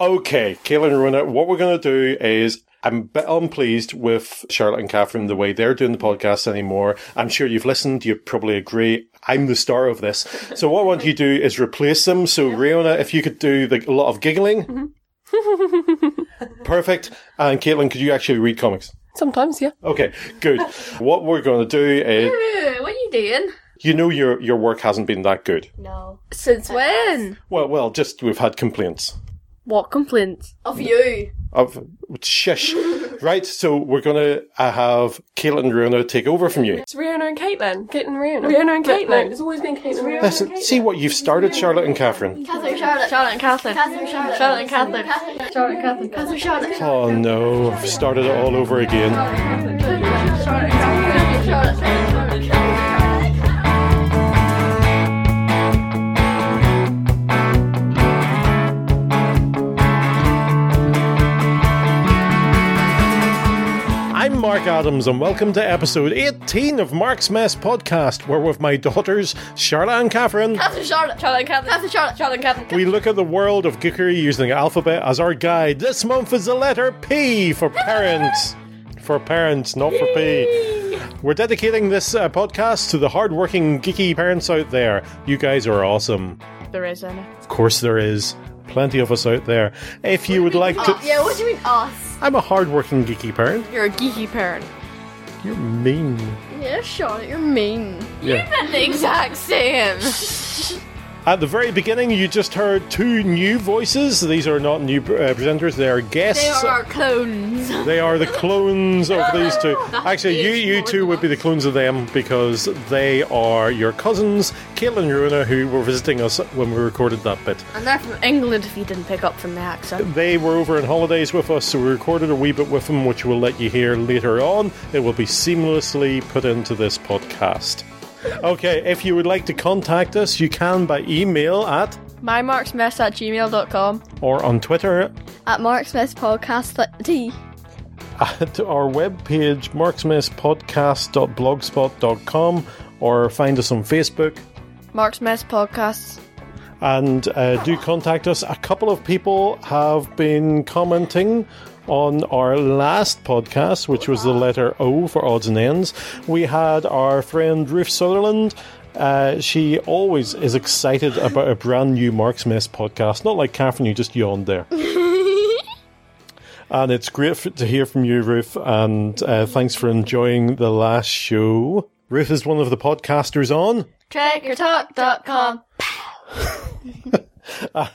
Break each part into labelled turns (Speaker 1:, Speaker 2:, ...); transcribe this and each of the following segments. Speaker 1: Okay, Caitlin and Rona, what we're going to do is I'm a bit unpleased with Charlotte and Catherine the way they're doing the podcast anymore. I'm sure you've listened. You probably agree. I'm the star of this. So what I want you to do is replace them. So Riona, if you could do the, a lot of giggling. Perfect. And Caitlin, could you actually read comics?
Speaker 2: Sometimes, yeah.
Speaker 1: Okay, good. what we're going to do is,
Speaker 3: Ooh, what are you doing?
Speaker 1: you know, your, your work hasn't been that good.
Speaker 4: No.
Speaker 3: Since when?
Speaker 1: Well, well, just we've had complaints.
Speaker 2: What complaints?
Speaker 4: Of you.
Speaker 1: Of shush. right, so we're gonna uh, have Caitlin and Riona take over from you.
Speaker 2: It's Rihanna and Caitlin. Caitlin and Rihanna.
Speaker 3: Rihanna and Caitlin.
Speaker 2: It's always been Caitlin.
Speaker 1: Listen, see what you've started, Charlotte and Catherine.
Speaker 4: Catherine Charlotte.
Speaker 3: Charlotte and Catherine.
Speaker 4: Catherine Charlotte.
Speaker 3: Charlotte and Catherine.
Speaker 4: Catherine
Speaker 3: Charlotte and Catherine.
Speaker 4: Catherine Charlotte.
Speaker 1: Oh no, I've started it all over again.
Speaker 4: Catherine Charlotte.
Speaker 1: I'm Mark Adams, and welcome to episode 18 of Mark's Mess Podcast, where with my daughters, Charlotte and Catherine,
Speaker 4: Catherine Charlotte.
Speaker 3: Charlotte and Catherine.
Speaker 4: Catherine Charlotte.
Speaker 3: Charlotte and Catherine.
Speaker 1: we look at the world of geekery using alphabet as our guide. This month is the letter P for parents. For parents, not for P. We're dedicating this uh, podcast to the hardworking geeky parents out there. You guys are awesome.
Speaker 3: There is any.
Speaker 1: Of course, there is plenty of us out there. If you would like to,
Speaker 4: Oh, Yeah, what do you mean us?
Speaker 1: I'm a hardworking geeky parent.
Speaker 3: You're a geeky parent.
Speaker 1: You're mean.
Speaker 4: Yeah, Charlotte, you're mean.
Speaker 1: Yeah.
Speaker 3: The exact same.
Speaker 1: At the very beginning, you just heard two new voices. These are not new uh, presenters; they are
Speaker 4: They
Speaker 1: guests.
Speaker 4: are our clones.
Speaker 1: They are the clones of these two. Actually, you you two would be the clones of them because they are your cousins, Caitlin and Runa, who were visiting us when we recorded that bit.
Speaker 3: And they're from England if you didn't pick up from the accent.
Speaker 1: They were over on holidays with us, so we recorded a wee bit with them, which we'll let you hear later on. It will be seamlessly put into this podcast. Okay, if you would like to contact us, you can by email at
Speaker 3: MyMarksMess at gmail.com.
Speaker 1: or on Twitter
Speaker 4: At Mark's Best Podcast D.
Speaker 1: at our webpage marksmithpodcast.blogspot.com or find us on Facebook.
Speaker 3: Mark's Mess Podcasts.
Speaker 1: and uh, do contact us. A couple of people have been commenting on our last podcast, which was the letter O for odds and ends. We had our friend Ruth Sutherland. Uh, she always is excited about a brand new Mark's Mess podcast. Not like Catherine, you just yawned there. and it's great f- to hear from you, Ruth, and uh, thanks for enjoying the last show. Ruth is one of the podcasters on.
Speaker 3: TrekYourTalk.com.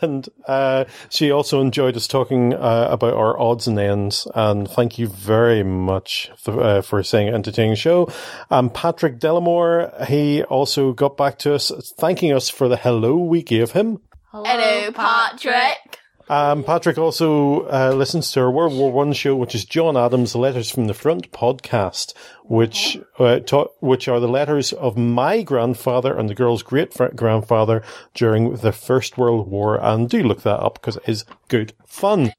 Speaker 1: and uh, she also enjoyed us talking uh, about our odds and ends. And thank you very much for, uh, for saying entertaining show. Um, Patrick Delamore, he also got back to us thanking us for the hello we gave him.
Speaker 4: Hello, Patrick.
Speaker 1: Um, Patrick also uh, listens to our World War One show, which is John Adams' Letters from the Front podcast, which uh, ta- which are the letters of my grandfather and the girl's great fr- grandfather during the First World War. And do look that up because it is good fun.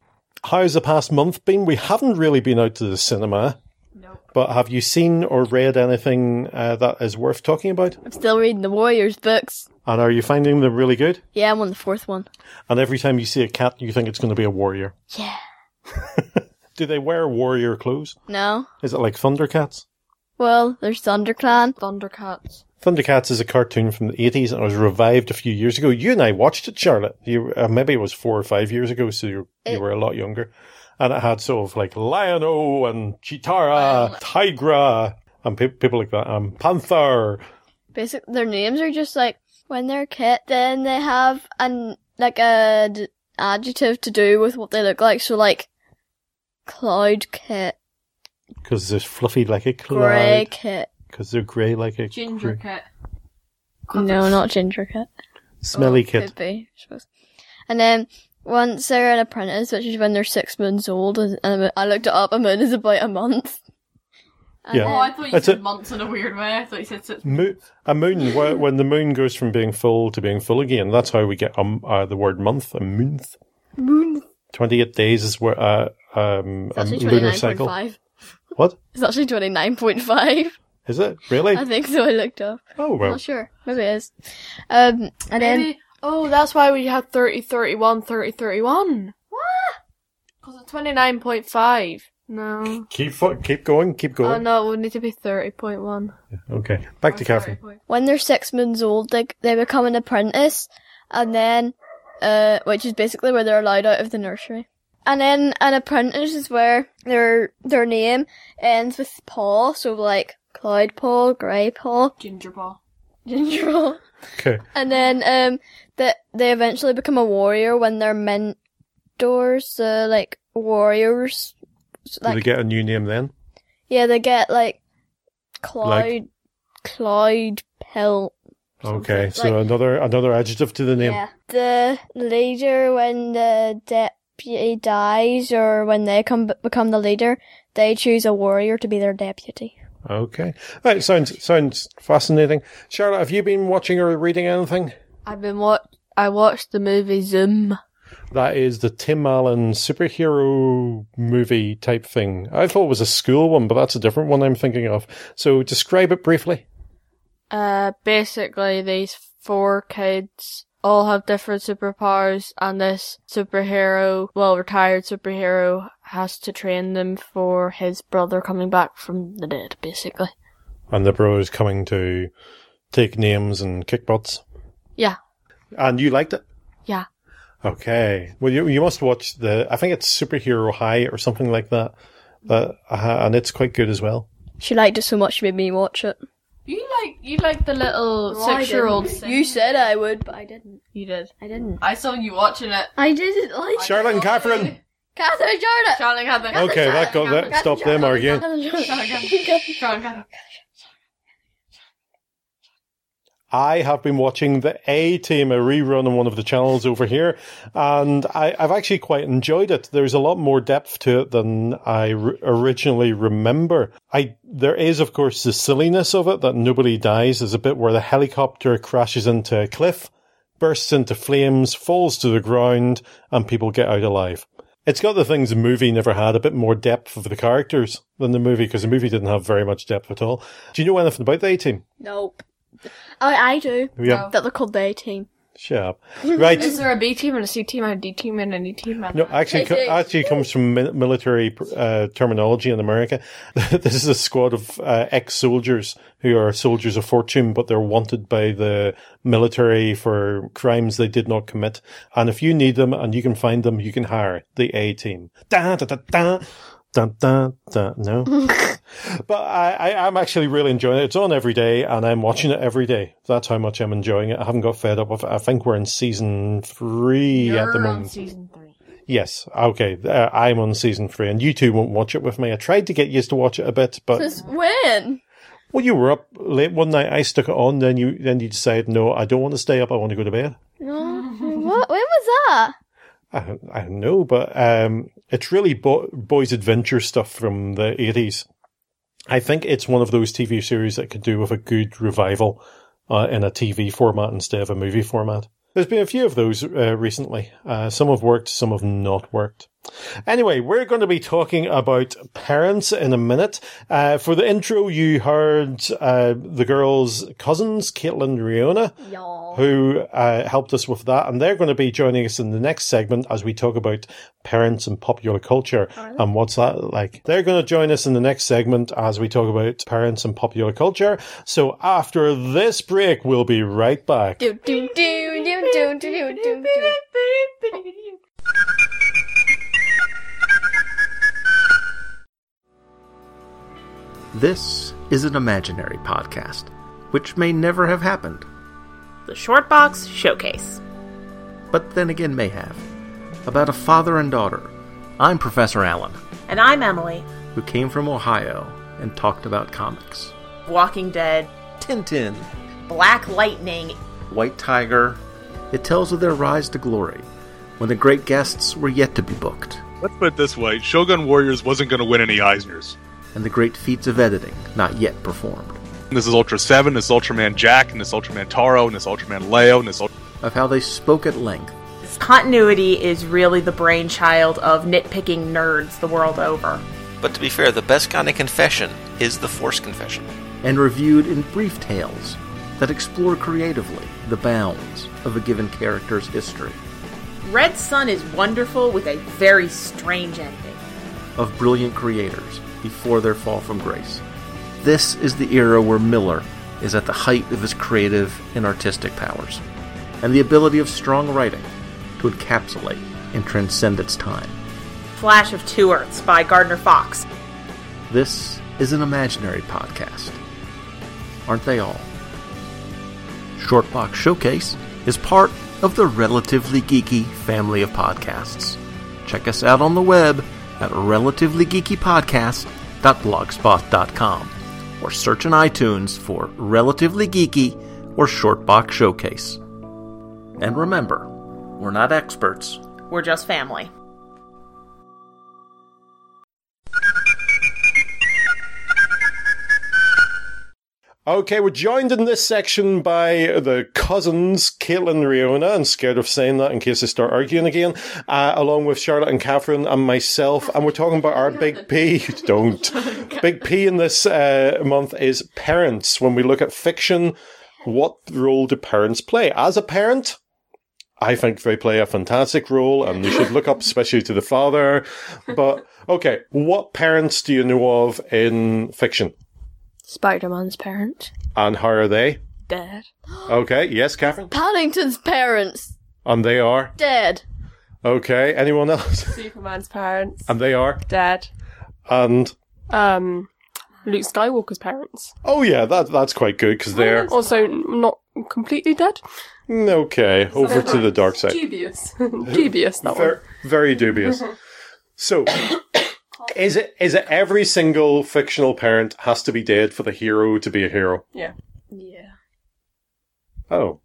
Speaker 1: How's the past month been? We haven't really been out to the cinema. But have you seen or read anything uh, that is worth talking about?
Speaker 4: I'm still reading the Warriors books.
Speaker 1: And are you finding them really good?
Speaker 4: Yeah, I'm on the fourth one.
Speaker 1: And every time you see a cat, you think it's going to be a warrior.
Speaker 4: Yeah.
Speaker 1: Do they wear warrior clothes?
Speaker 4: No?
Speaker 1: Is it like Thundercats?
Speaker 4: Well, there's ThunderClan.
Speaker 3: Thundercats.
Speaker 1: Thundercats is a cartoon from the 80s and it was revived a few years ago. You and I watched it, Charlotte. You, uh, maybe it was four or five years ago, so you, you
Speaker 4: It-
Speaker 1: were a lot younger. And it had sort of like Lion-O and Chitara, Tigra, and pe- people like that, um, Panther.
Speaker 4: Basically, their names are just like when they're a kid, then they have an like a d- adjective to do with what they look like. So like cloud kit,
Speaker 1: Because they're fluffy like a
Speaker 4: grey
Speaker 1: cloud.
Speaker 4: kit.
Speaker 1: Because they're grey like a
Speaker 3: Ginger cat.
Speaker 4: No, not ginger kit.
Speaker 1: Smelly
Speaker 4: Well,
Speaker 1: kid.
Speaker 4: Could be, I suppose. And then once they're an apprentice, which is when they're six months old, and and I looked it up, a moon is about a month. And
Speaker 1: Yeah.
Speaker 3: Oh, I thought you
Speaker 1: That's
Speaker 3: said
Speaker 1: it.
Speaker 3: months in a weird way. I thought you said six.
Speaker 1: Mo- a moon, where, when the moon goes from being full to being full again, that's how we get um, uh, the word month, a month.
Speaker 4: Moon.
Speaker 1: 28 days is where, uh, um, a
Speaker 4: Oh, It's actually
Speaker 1: lunar cycle.
Speaker 4: 29.5.
Speaker 1: What?
Speaker 4: It's actually 29.5.
Speaker 1: Is it? Really?
Speaker 4: I think so, I looked up.
Speaker 1: Oh, well.
Speaker 4: Not sure. Maybe it is. Um, and then
Speaker 3: Maybe- Oh, that's why we had 30, 31, 30, 31. Because it's 29.5. No.
Speaker 1: Keep fu- keep going, keep
Speaker 3: Oh
Speaker 1: going.
Speaker 3: no, it would need to be 30.1.
Speaker 1: Okay, back to
Speaker 3: Or
Speaker 1: Catherine.
Speaker 3: 30.1.
Speaker 4: When they're six months old, they, they become an apprentice, and then, uh, which is basically where they're allowed out of the nursery. And then an apprentice is where their their name ends with Paul, so like Clyde Paul, Grey Paul,
Speaker 3: Ginger ball.
Speaker 4: Ginger Paul.
Speaker 1: Okay,
Speaker 4: And then um that they eventually become a warrior when they're mentors, uh, like warriors. So,
Speaker 1: do they
Speaker 4: Like
Speaker 1: get a new name then?
Speaker 4: yeah, they get like Clyde, Clyde Pelt.
Speaker 1: Okay, so
Speaker 4: like-
Speaker 1: another another adjective to the name.
Speaker 4: Yeah, the leader when the deputy dies or when they come become the leader, they choose a warrior to be their deputy.
Speaker 1: Okay, right, sounds sounds fascinating. Charlotte, have you been watching or reading anything?
Speaker 3: I've been what I watched the movie Zoom.
Speaker 1: That is the Tim Allen superhero movie type thing. I thought it was a school one, but that's a different one I'm thinking of. So describe it briefly.
Speaker 3: Uh, basically, these four kids all have different superpowers, and this superhero, well, retired superhero, has to train them for his brother coming back from the dead, basically.
Speaker 1: And the bro is coming to take names and kick butts.
Speaker 3: Yeah,
Speaker 1: And you liked it?
Speaker 3: yeah.
Speaker 1: Okay. Well, you you must watch the. I think it's Superhero High or something like that. That uh, and it's quite good as well.
Speaker 4: She liked it so much she made me watch it.
Speaker 3: You like you like the little six-year-old.
Speaker 4: You said I would, but I didn't.
Speaker 3: You did.
Speaker 4: I didn't.
Speaker 3: I saw you watching it.
Speaker 4: I didn't like
Speaker 1: Charlotte and Catherine.
Speaker 4: Catherine Jordan.
Speaker 3: Charlie had the
Speaker 1: Okay, that got that. Stop them arguing. I have been watching the A Team, a rerun on one of the channels over here, and I, I've actually quite enjoyed it. There's a lot more depth to it than I r- originally remember. I there is, of course, the silliness of it that nobody dies. There's a bit where the helicopter crashes into a cliff, bursts into flames, falls to the ground, and people get out alive. It's got the things the movie never had, a bit more depth of the characters than the movie, because the movie didn't have very much depth at all. Do you know anything about the A Team?
Speaker 4: Nope. Oh, I do.
Speaker 1: Yeah.
Speaker 4: That they're called their team.
Speaker 1: Shut up. Right.
Speaker 3: Is there a B team and a C team and a D team and an E team? And
Speaker 1: No, actually, co-
Speaker 4: They do.
Speaker 1: actually comes from mi- military uh, terminology in America. this is a squad of uh, ex-soldiers who are soldiers of fortune, but they're wanted by the military for crimes they did not commit. And if you need them and you can find them, you can hire the A team. Da da da da. Dun, dun, dun. No, but I, I, I'm actually really enjoying it. It's on every day, and I'm watching it every day. That's how much I'm enjoying it. I haven't got fed up of it. I think we're in season 3
Speaker 3: You're
Speaker 1: at the
Speaker 3: on
Speaker 1: moment.
Speaker 3: season three.
Speaker 1: Yes. Okay. Uh, I'm on season three, and you two won't watch it with me. I tried to get you to watch it a bit, but
Speaker 4: Since when?
Speaker 1: well, you were up late one night. I stuck it on. Then you then you decided, no, I don't want to stay up. I want to go to bed.
Speaker 4: No. what? When was that?
Speaker 1: I don't- I don't know, but um, it's really bo- boys' adventure stuff from the eighties. I think it's one of those TV series that could do with a good revival uh, in a TV format instead of a movie format. There's been a few of those uh, recently. Uh, some have worked, some have not worked. Anyway, we're going to be talking about parents in a minute. Uh, for the intro, you heard uh, the girls' cousins, Caitlin and Riona who uh, helped us with that, and they're going to be joining us in the next segment as we talk about parents and popular culture and what's that like. They're going to join us in the next segment as we talk about parents and popular culture. So after this break, we'll be right back.
Speaker 4: Do do do do do do do. do.
Speaker 5: This is an imaginary podcast, which may never have happened,
Speaker 6: The Short Box Showcase.
Speaker 5: but then again may have, about a father and daughter. I'm Professor Allen,
Speaker 6: And I'm Emily.
Speaker 5: who came from Ohio and talked about comics.
Speaker 6: Walking Dead,
Speaker 5: Tintin,
Speaker 6: Black Lightning,
Speaker 5: White Tiger. It tells of their rise to glory when the great guests were yet to be booked,
Speaker 7: Let's put it this way Shogun Warriors wasn't going to win any Eisners.
Speaker 5: and the great feats of editing not yet performed,
Speaker 7: This is Ultra 7, this is Ultraman Jack, and this Ultraman Taro, and this Ultraman Leo, and this Ultraman.
Speaker 5: of how they spoke at length
Speaker 6: This continuity is really the brainchild of nitpicking nerds the world over.
Speaker 8: But to be fair, the best kind of confession is the force confession.
Speaker 5: and reviewed in brief tales that explore creatively the bounds of a given character's history.
Speaker 6: Red Sun is wonderful with a very strange ending.
Speaker 5: of brilliant creators before their fall from grace. This is the era where Miller is at the height of his creative and artistic powers, and the ability of strong writing to encapsulate and transcend its time.
Speaker 6: Flash of Two Earths by Gardner Fox.
Speaker 5: This is an imaginary podcast. Aren't they all? Shortbox Showcase is part of the Relatively Geeky family of podcasts. Check us out on the web at relativelygeekypodcast.blogspot.com or search in iTunes for Relatively Geeky or Shortbox Showcase. And remember, we're not experts.
Speaker 6: We're just family.
Speaker 1: Okay, we're joined in this section by the cousins, Caitlin and Riona. I'm scared of saying that in case they start arguing again, uh, along with Charlotte and Catherine and myself. And we're talking about our big P. Don't. Big P in this uh, month is parents. When we look at fiction, what role do parents play? As a parent, I think they play a fantastic role and you should look up especially to the father. But, okay, what parents do you know of in fiction?
Speaker 3: Spider Man's parent.
Speaker 1: And how are they?
Speaker 3: Dead.
Speaker 1: Okay, yes, Catherine.
Speaker 4: Paddington's parents
Speaker 1: And they are.
Speaker 4: dead.
Speaker 1: Okay, anyone else?
Speaker 2: Superman's parents.
Speaker 1: And they are.
Speaker 2: Dead.
Speaker 1: And
Speaker 2: Um, Luke Skywalker's parents.
Speaker 1: oh yeah, that that's quite good because they're
Speaker 2: Also, not completely dead.
Speaker 1: okay. Over to the dark side.
Speaker 2: Dubious. Dubious, that one.
Speaker 1: Very, very dubious. So, is it is it every single fictional parent has to be dead for the hero to be a hero?
Speaker 2: Yeah.
Speaker 3: Yeah.
Speaker 1: Oh.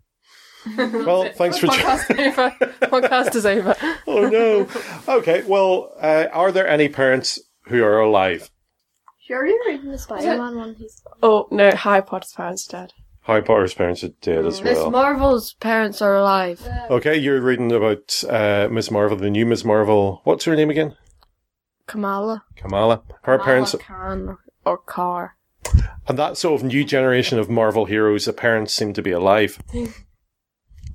Speaker 1: Well, thanks for. Jo-
Speaker 2: Podcast over. Podcast is over.
Speaker 1: oh no. Okay. Well, uh, are there any parents who are alive?
Speaker 4: You're already reading the Spider-Man one. He's
Speaker 2: Oh, no, Harry Potter's parents are dead.
Speaker 1: Harry Potter's parents are dead as
Speaker 3: Miss
Speaker 1: well.
Speaker 3: Marvel's parents are alive.
Speaker 1: okay, you're reading about uh, Miss Marvel, the new Miss Marvel. What's her name again?
Speaker 3: Kamala.
Speaker 1: Kamala. Her parents,
Speaker 3: Kamala Khan or Carr.
Speaker 1: and that sort of new generation of Marvel heroes, the parents seem to be alive.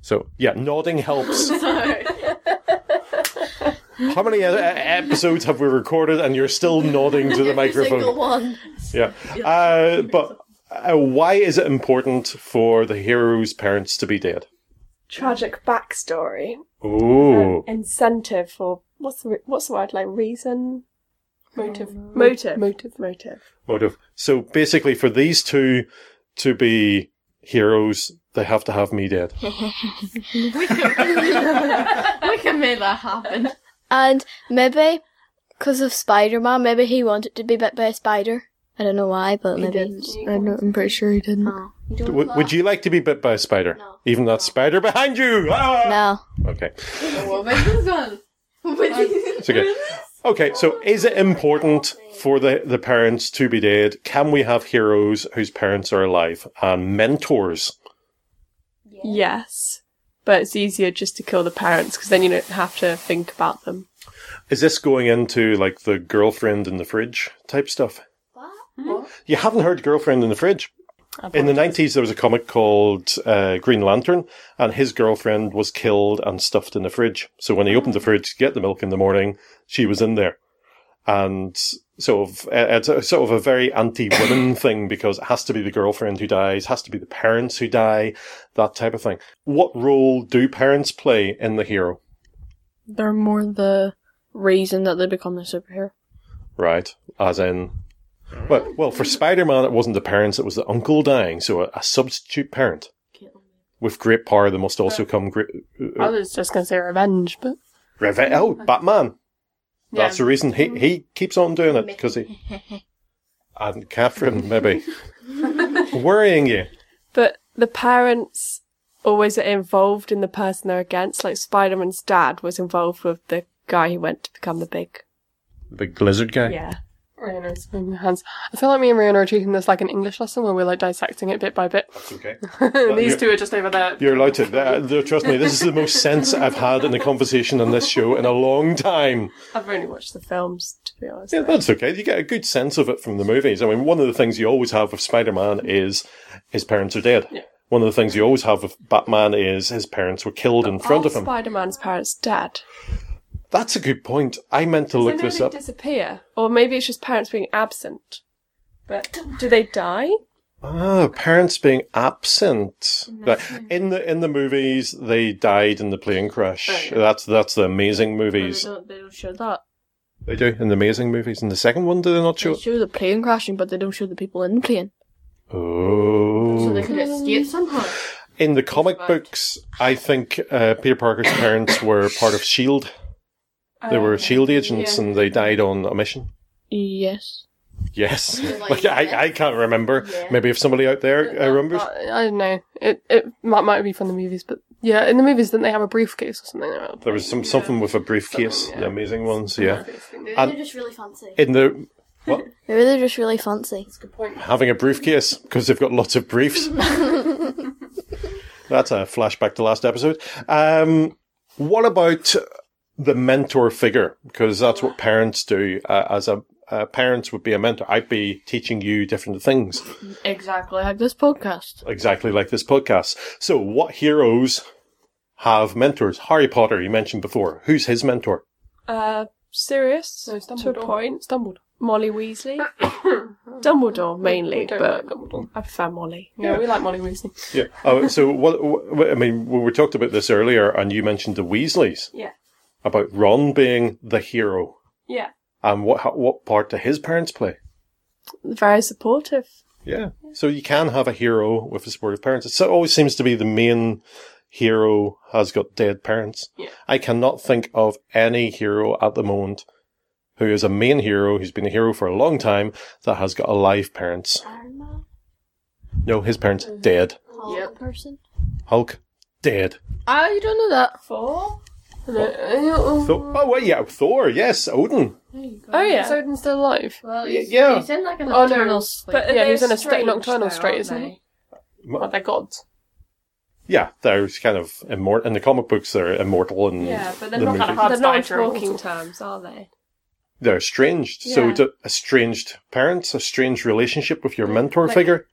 Speaker 1: So, yeah, nodding helps. How many uh, episodes have we recorded and you're still nodding to the
Speaker 4: single
Speaker 1: microphone?
Speaker 4: one.
Speaker 1: Yeah. Uh, but uh, why is it important for the hero's parents to be dead?
Speaker 2: Tragic backstory. Um,
Speaker 1: Ooh.
Speaker 2: Incentive or what's the, what's the word? Like reason? Motive. Motive. Um, Motive. Motive.
Speaker 1: motive. So basically, for these two to be heroes, they have to have me dead.
Speaker 3: We can make that happen.
Speaker 4: And maybe because of Spider-Man, maybe he wanted to be bit by a spider. I don't know why, but maybe. Oh.
Speaker 3: I'm, not, I'm pretty sure he didn't.
Speaker 1: W- would you like to be bit by a spider? Even that spider behind you. Ah!
Speaker 4: No.
Speaker 1: Okay. It's okay. Okay. So is it important for the the parents to be dead? Can we have heroes whose parents are alive and mentors?
Speaker 2: Yes. But it's easier just to kill the parents because then you don't have to think about them.
Speaker 1: Is this going into like the girlfriend in the fridge type stuff? You haven't heard Girlfriend in the Fridge? In the 90s, there was a comic called uh, Green Lantern, and his girlfriend was killed and stuffed in the fridge. So when he opened the fridge to get the milk in the morning, she was in there. And sort of, uh, it's a, sort of a very anti-women thing because it has to be the girlfriend who dies, has to be the parents who die, that type of thing. What role do parents play in the hero?
Speaker 3: They're more the reason that they become a superhero.
Speaker 1: Right. As in, well, well, for Spider-Man, it wasn't the parents; it was the uncle dying, so a, a substitute parent. With great power, there must also come great uh,
Speaker 2: I was just going to say revenge, but.
Speaker 1: reve- Oh, Batman! That's the reason he he keeps on doing it because he and Catherine maybe worrying you.
Speaker 2: But the parents always are involved in the person they're against. Like Spider Man's dad was involved with the guy who went to become the big.
Speaker 1: The big lizard guy.
Speaker 2: Yeah. Rihanna's waving her hands. I feel like me and Rihanna are treating this like an English lesson where we're like dissecting it bit by bit.
Speaker 1: Okay.
Speaker 2: These
Speaker 1: you're-
Speaker 2: two are just over there.
Speaker 1: You're allowed to. Uh, th- trust me, this is the most sense I've had in a conversation on this show in a long time.
Speaker 2: I've only watched the films, to be honest.
Speaker 1: Yeah, that's okay. You get a good sense of it from the movies. I mean, one of the things you always have with Spider Man is his parents are dead.
Speaker 2: Yeah.
Speaker 1: one of the things you always have with Batman is his parents were killed in front
Speaker 2: Are
Speaker 1: of him.
Speaker 2: Spider-Man's parents dead?
Speaker 1: That's a good point. I meant to look
Speaker 2: I know
Speaker 1: this
Speaker 2: they
Speaker 1: up.
Speaker 2: disappear, or maybe it's just parents being absent. But do they die?
Speaker 1: Ah, parents being absent. Right. In the in the movies, they died in the plane crash. That's that's the amazing movies.
Speaker 3: don't, they don't show that.
Speaker 1: They do in the amazing movies. In the second one, do they not show?
Speaker 3: They show the plane crashing, but they don't show the people in the plane. So they
Speaker 1: Oh.
Speaker 3: could escape somehow.
Speaker 1: In the comic books, I think uh, Peter Parker's parents were part of Shield. E They were Shield E agents, and they died on a mission.
Speaker 3: Yes.
Speaker 1: Yes, like I, I can't remember. Maybe if somebody out there uh, remembers.
Speaker 2: I, I don't know. It it might, might be from the movies, but yeah, in the movies, didn't they have a briefcase or something? Like that?
Speaker 1: There was some something with a briefcase. The amazing ones, yeah. Um,
Speaker 9: They're just really fancy.
Speaker 1: In the what?
Speaker 4: Maybe they're just really fancy.
Speaker 1: having a briefcase because they've got lots of briefs. That's a flashback to last episode. Um, what about the mentor figure? Because that's what parents do. Uh, as a uh, parents would be a mentor. I'd be teaching you different things,
Speaker 3: Exactly like this podcast.
Speaker 1: exactly like this podcast. So, what heroes have mentors? Harry Potter, you mentioned before. Who's his mentor?
Speaker 2: Uh, Sirius to a point. Stumbled. Molly Weasley. Dumbledore mainly, but I prefer Molly. Yeah, we like Molly Weasley.
Speaker 1: Yeah. Oh, so, what, what? I mean, we we talked about this earlier, and you mentioned the Weasleys
Speaker 2: Yeah,
Speaker 1: about Ron being the hero.
Speaker 2: yeah.
Speaker 1: and what how, what part do his parents play?
Speaker 2: Very supportive.
Speaker 1: Yeah. So you can have a hero with a supportive parents. It so- always seems to be the main hero has got dead parents.
Speaker 2: Yeah.
Speaker 1: I cannot think of any hero at the moment who is a main hero who's been a hero for a long time that has got alive parents.
Speaker 9: Iron Man,
Speaker 1: No, his parents
Speaker 2: Mm-hmm.
Speaker 1: dead.
Speaker 4: Oh,
Speaker 9: Hulk person.
Speaker 1: Hulk dead.
Speaker 3: Ah, you don't know that.
Speaker 2: Four.
Speaker 1: Thor- oh wait, yeah, Thor. Yes, Odin.
Speaker 2: Oh yeah, is Odin still alive?
Speaker 3: Well,
Speaker 1: he's- yeah. he's
Speaker 3: in like an
Speaker 2: Oh, no. nocturnal sleep. But
Speaker 3: yeah,
Speaker 2: they're
Speaker 3: he's in a
Speaker 2: strange,
Speaker 3: state nocturnal
Speaker 2: though,
Speaker 3: state,
Speaker 2: aren't
Speaker 3: isn't
Speaker 2: they?
Speaker 3: he?
Speaker 2: Well, they're gods.
Speaker 1: Yeah, they're kind of immortal. In the comic books, they're immortal. And Mm. the movies.
Speaker 6: hard
Speaker 2: They're not on
Speaker 6: side journals.
Speaker 2: talking terms, are they?
Speaker 1: they're estranged. So
Speaker 2: Yeah.
Speaker 1: it's a estranged parents, a strange relationship with your mentor figure.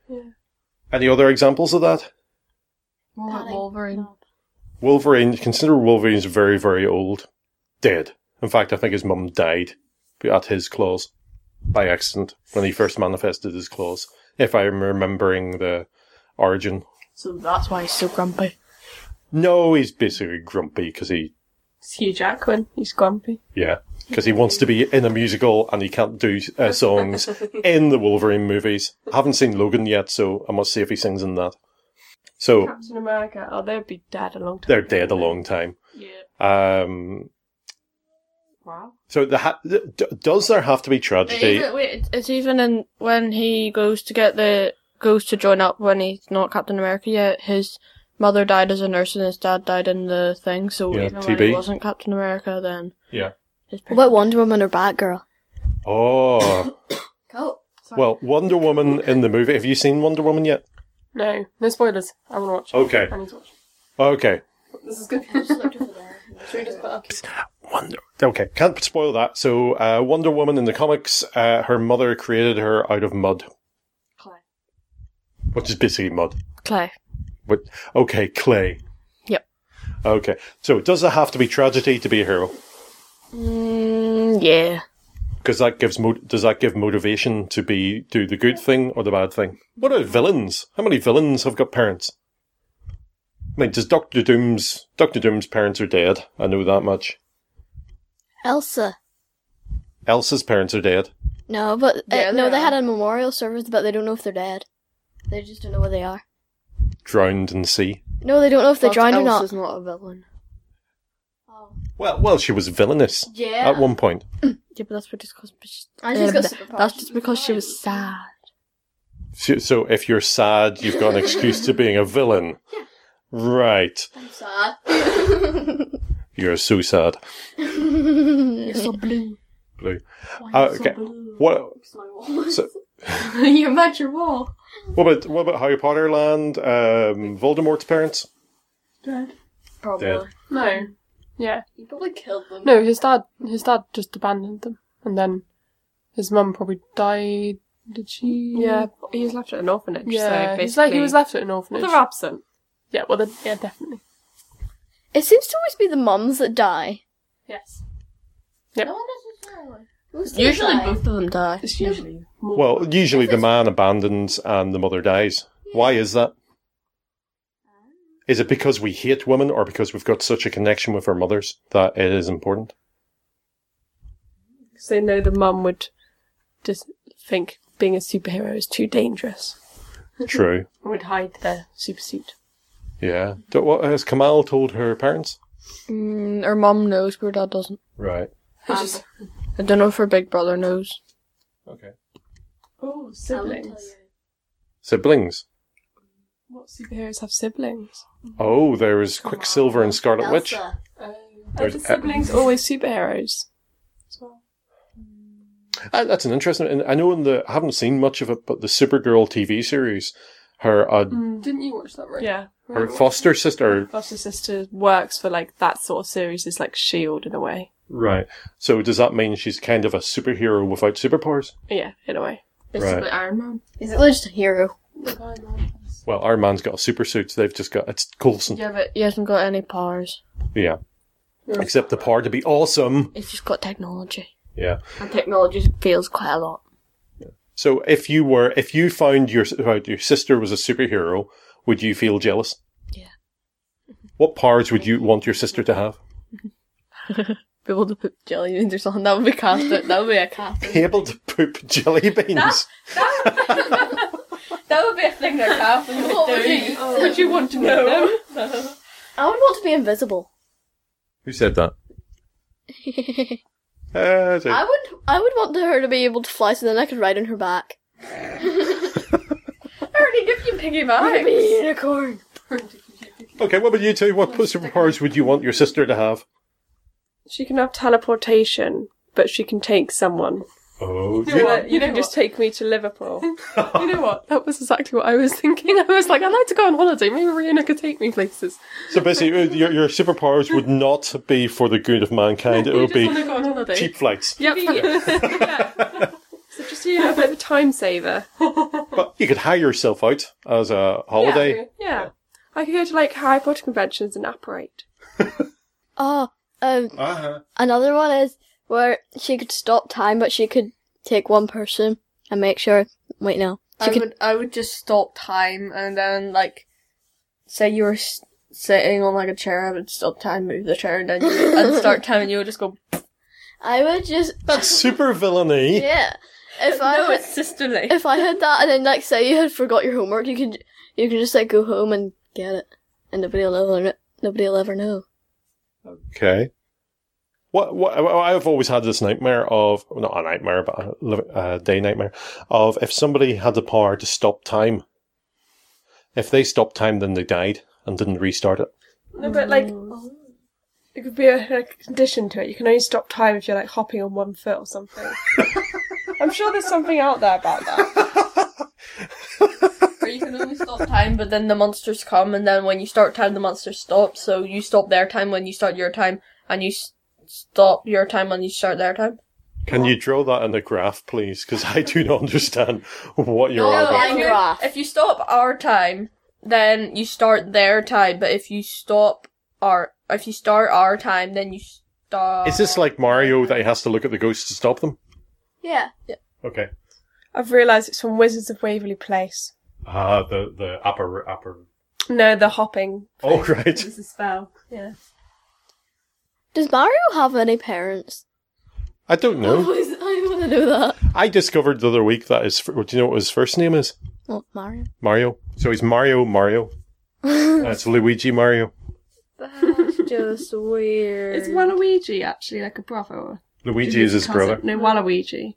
Speaker 1: Any other examples of that?
Speaker 9: Panic.
Speaker 3: Wolverine.
Speaker 9: No.
Speaker 1: Wolverine, consider Wolverine's very, very old. Dead. In fact, I think his mum died at his claws by accident when he first manifested his claws. If I'm remembering the origin.
Speaker 6: So that's why he's so grumpy.
Speaker 1: No, he's basically grumpy because he,
Speaker 2: It's Hugh Jackman. He's grumpy.
Speaker 1: yeah, because he wants to be in a musical and he can't do uh, songs in the Wolverine movies. I haven't seen Logan yet, so I must see if he sings in that. So,
Speaker 2: Captain America. Oh, they'd be dead a long time.
Speaker 1: they're dead a long time. Yeah. Um.
Speaker 2: Wow.
Speaker 1: So the ha- d- d- does there have to be tragedy?
Speaker 3: Even, wait, it's- it's even in when he goes to get the goes to join up when he's not Captain America yet. His mother died as a nurse and his dad died in the thing. So
Speaker 1: Yeah,
Speaker 3: even when
Speaker 1: TB.
Speaker 3: he wasn't Captain America, then
Speaker 1: Yeah.
Speaker 3: his
Speaker 4: What about Wonder Woman or Batgirl?
Speaker 1: Oh. well, Wonder Woman in the movie. Have you seen Wonder Woman yet?
Speaker 2: No, no spoilers. I want to watch. it.
Speaker 1: Okay.
Speaker 2: I need to watch.
Speaker 1: Okay.
Speaker 2: This is good. Should
Speaker 9: Just looked over there.
Speaker 2: we just put up?
Speaker 1: Wonder. Okay, can't spoil that. So, uh, Wonder Woman in the comics, uh, her mother created her out of mud,
Speaker 2: Clay.
Speaker 1: which is basically mud.
Speaker 3: Clay.
Speaker 1: But okay, clay.
Speaker 3: Yep.
Speaker 1: Okay. So, does there have to be tragedy to be a hero?
Speaker 3: Mm, yeah.
Speaker 1: Because that gives mo- does that give motivation to be do the good thing or the bad thing? What about villains? How many villains have got parents? I mean, does Doctor Doom's Doctor Doom's parents are dead? I know that much.
Speaker 4: Elsa.
Speaker 1: Elsa's parents are dead.
Speaker 4: No, but uh,
Speaker 3: Yeah, they
Speaker 4: no, they had
Speaker 3: are.
Speaker 4: a memorial service, but they don't know if they're dead. They just don't know where they are.
Speaker 1: Drowned in sea.
Speaker 4: No, they don't know if they
Speaker 3: What
Speaker 4: drowned or
Speaker 3: else
Speaker 4: not.
Speaker 3: Is not a villain.
Speaker 1: Well, well, she was villainous
Speaker 9: Yeah.
Speaker 1: at one point.
Speaker 3: Yeah, but that's what just because. She's,
Speaker 9: And she's got superpowers.
Speaker 3: that's just because she was sad.
Speaker 1: So, so if you're sad, you've got an excuse to being a villain. Right.
Speaker 9: I'm sad.
Speaker 1: You're so sad.
Speaker 6: You're so blue.
Speaker 1: Blue.
Speaker 6: Why
Speaker 1: Uh,
Speaker 6: you so
Speaker 1: okay.
Speaker 6: blue?
Speaker 1: What?
Speaker 9: It's my wall.
Speaker 1: So,
Speaker 6: you match your wall.
Speaker 1: what about what about Harry Potter land? Um, Voldemort's parents
Speaker 3: Probably.
Speaker 1: dead.
Speaker 2: No. Yeah.
Speaker 9: You probably killed them.
Speaker 2: No, his dad. His dad just abandoned them, and then his mum probably died.
Speaker 10: Did she?
Speaker 2: Yeah, he was left at an orphanage.
Speaker 10: Yeah,
Speaker 2: so
Speaker 10: he's like he was
Speaker 2: basically-
Speaker 10: left at an
Speaker 2: Well,
Speaker 10: orphanage.
Speaker 2: they're absent.
Speaker 10: yeah, well, then, yeah, definitely.
Speaker 4: It seems to always be the mums that die.
Speaker 10: Yes.
Speaker 9: No one necessarily. Who's the
Speaker 3: Usually
Speaker 9: guy?
Speaker 3: both of them die.
Speaker 10: It's usually more
Speaker 1: Well, usually the man abandons and the mother dies. Why is that? Is it because we hate women or because we've got such a connection with our mothers that it is important?
Speaker 2: because they know the mum would just think being a superhero is too dangerous.
Speaker 1: True.
Speaker 2: And would hide their super suit.
Speaker 1: Yeah. Do- What has Kamal told her parents?
Speaker 3: Mm, her mum knows, but her dad doesn't.
Speaker 1: Right.
Speaker 2: Um,
Speaker 3: I don't know if her big brother knows.
Speaker 1: Okay.
Speaker 2: Oh,
Speaker 9: I will tell
Speaker 2: siblings.
Speaker 9: you.
Speaker 1: Siblings.
Speaker 2: What superheroes have siblings?
Speaker 1: Oh, there is Quicksilver and Scarlet Witch. uh,
Speaker 9: Elsa.
Speaker 2: Are
Speaker 1: There's
Speaker 2: the
Speaker 1: a-
Speaker 2: siblings always superheroes?
Speaker 1: Uh, that's an interesting. And I know in the I haven't seen much of it, but the Supergirl TV series, her uh,
Speaker 10: Didn't you watch that, right?
Speaker 2: Yeah.
Speaker 1: her foster sister,
Speaker 2: Foster sister works for like that sort of series is like Shield E in a way.
Speaker 1: right? So does that mean she's kind of a superhero without superpowers?
Speaker 2: Yeah, in a way.
Speaker 1: Basically Right.
Speaker 10: Iron Man.
Speaker 4: Is it just a hero?
Speaker 1: Well, Iron Man's got a super suit. So they've just got it's Coulson.
Speaker 3: Yeah, but he hasn't got any powers.
Speaker 1: Yeah. Except the power to be awesome.
Speaker 3: He's just got technology.
Speaker 1: Yeah.
Speaker 3: And technology fails quite a lot.
Speaker 1: So if you were, if you found your out your sister was a superhero, would you feel jealous?
Speaker 3: Yeah.
Speaker 1: What powers would you want your sister to have?
Speaker 3: Be able to put jelly beans or something. That would be cast. That would be a cast.
Speaker 1: Be able to poop jelly beans.
Speaker 3: That would be a thing they're casting. what would you? Oh, Would you want to know?
Speaker 4: I would want to be invisible.
Speaker 1: Who said that? Uh, so-
Speaker 4: I would I would want her to be able to fly so then I could ride on her back.
Speaker 3: I already give you
Speaker 4: I'd be
Speaker 3: piggy
Speaker 4: a unicorn.
Speaker 1: okay, what about you two? What superpowers would you want your sister to have?
Speaker 2: She can have teleportation, but she can take someone.
Speaker 1: Oh,
Speaker 2: You, you can just take me to Liverpool.
Speaker 10: You know what? That was exactly what I was thinking. I was like, I'd like to go on holiday. Maybe Rihanna could take me places.
Speaker 1: so basically, uh, your, your superpowers would not be for the good of mankind. It would
Speaker 10: I want
Speaker 1: be
Speaker 10: to go on holiday.
Speaker 1: cheap flights.
Speaker 2: Yep. so just you know, a bit of a time saver.
Speaker 1: But you could hire yourself out as a holiday.
Speaker 2: Yeah. I could go to like Harry Potter conventions and apparate.
Speaker 4: Oh, um,
Speaker 1: Uh-huh.
Speaker 4: Another one is where she could stop time, but she could take one person and make sure. Wait, no. She
Speaker 3: I
Speaker 4: could.
Speaker 3: would. I would just stop time and then like, say you were s- sitting on like a chair. I would stop time, move the chair, and then you, and start time, and you would just go.
Speaker 4: I would just.
Speaker 1: That's super villainy.
Speaker 4: Yeah. If I
Speaker 3: Oh.
Speaker 4: had,
Speaker 3: sisterly.
Speaker 4: if I had that, and then like say you had forgot your homework, you could you could just like go home and get it, and nobody will ever kn- nobody will ever know.
Speaker 1: Okay. What, what I- I've always had this nightmare of well, not a nightmare but a, li- a day nightmare of if somebody had the power to stop time. If they stopped time, then they died and didn't restart it.
Speaker 2: No, but like it could be a, like, condition to it. You can only stop time if you're like hopping on one foot or something. I'm sure there's something out there about that.
Speaker 3: Or you can only stop time, but then the monsters come, and then when you start time, the monsters stop. So you stop their time when you start your time, and you s- stop your time when you start their time.
Speaker 1: Can you draw that in a graph, please? Because I do not understand what you're on about.
Speaker 4: I- Minecraft.
Speaker 3: If you stop our time, then you start their time. But if you stop our, if you start our time, then you stop.
Speaker 1: Is this like Mario that he has to look at the ghosts to stop them?
Speaker 4: Yeah.
Speaker 1: Okay.
Speaker 2: I've realised it's from Wizards of Waverly Place.
Speaker 1: Ah, the the upper upper.
Speaker 2: No, the hopping.
Speaker 1: Oh right.
Speaker 2: It's a spell. Yeah.
Speaker 4: Does Mario have any parents?
Speaker 1: I don't know.
Speaker 4: Always- I want to know that.
Speaker 1: I discovered the other week that his. fir- Do you know what his first name is?
Speaker 4: Oh, Mario.
Speaker 1: Mario. So he's Mario Mario. That's Luigi Mario.
Speaker 3: That's just weird.
Speaker 2: It's Waluigi actually, like a brother. Or
Speaker 1: Luigi is his
Speaker 2: cousin.
Speaker 1: brother.
Speaker 2: No, Waluigi.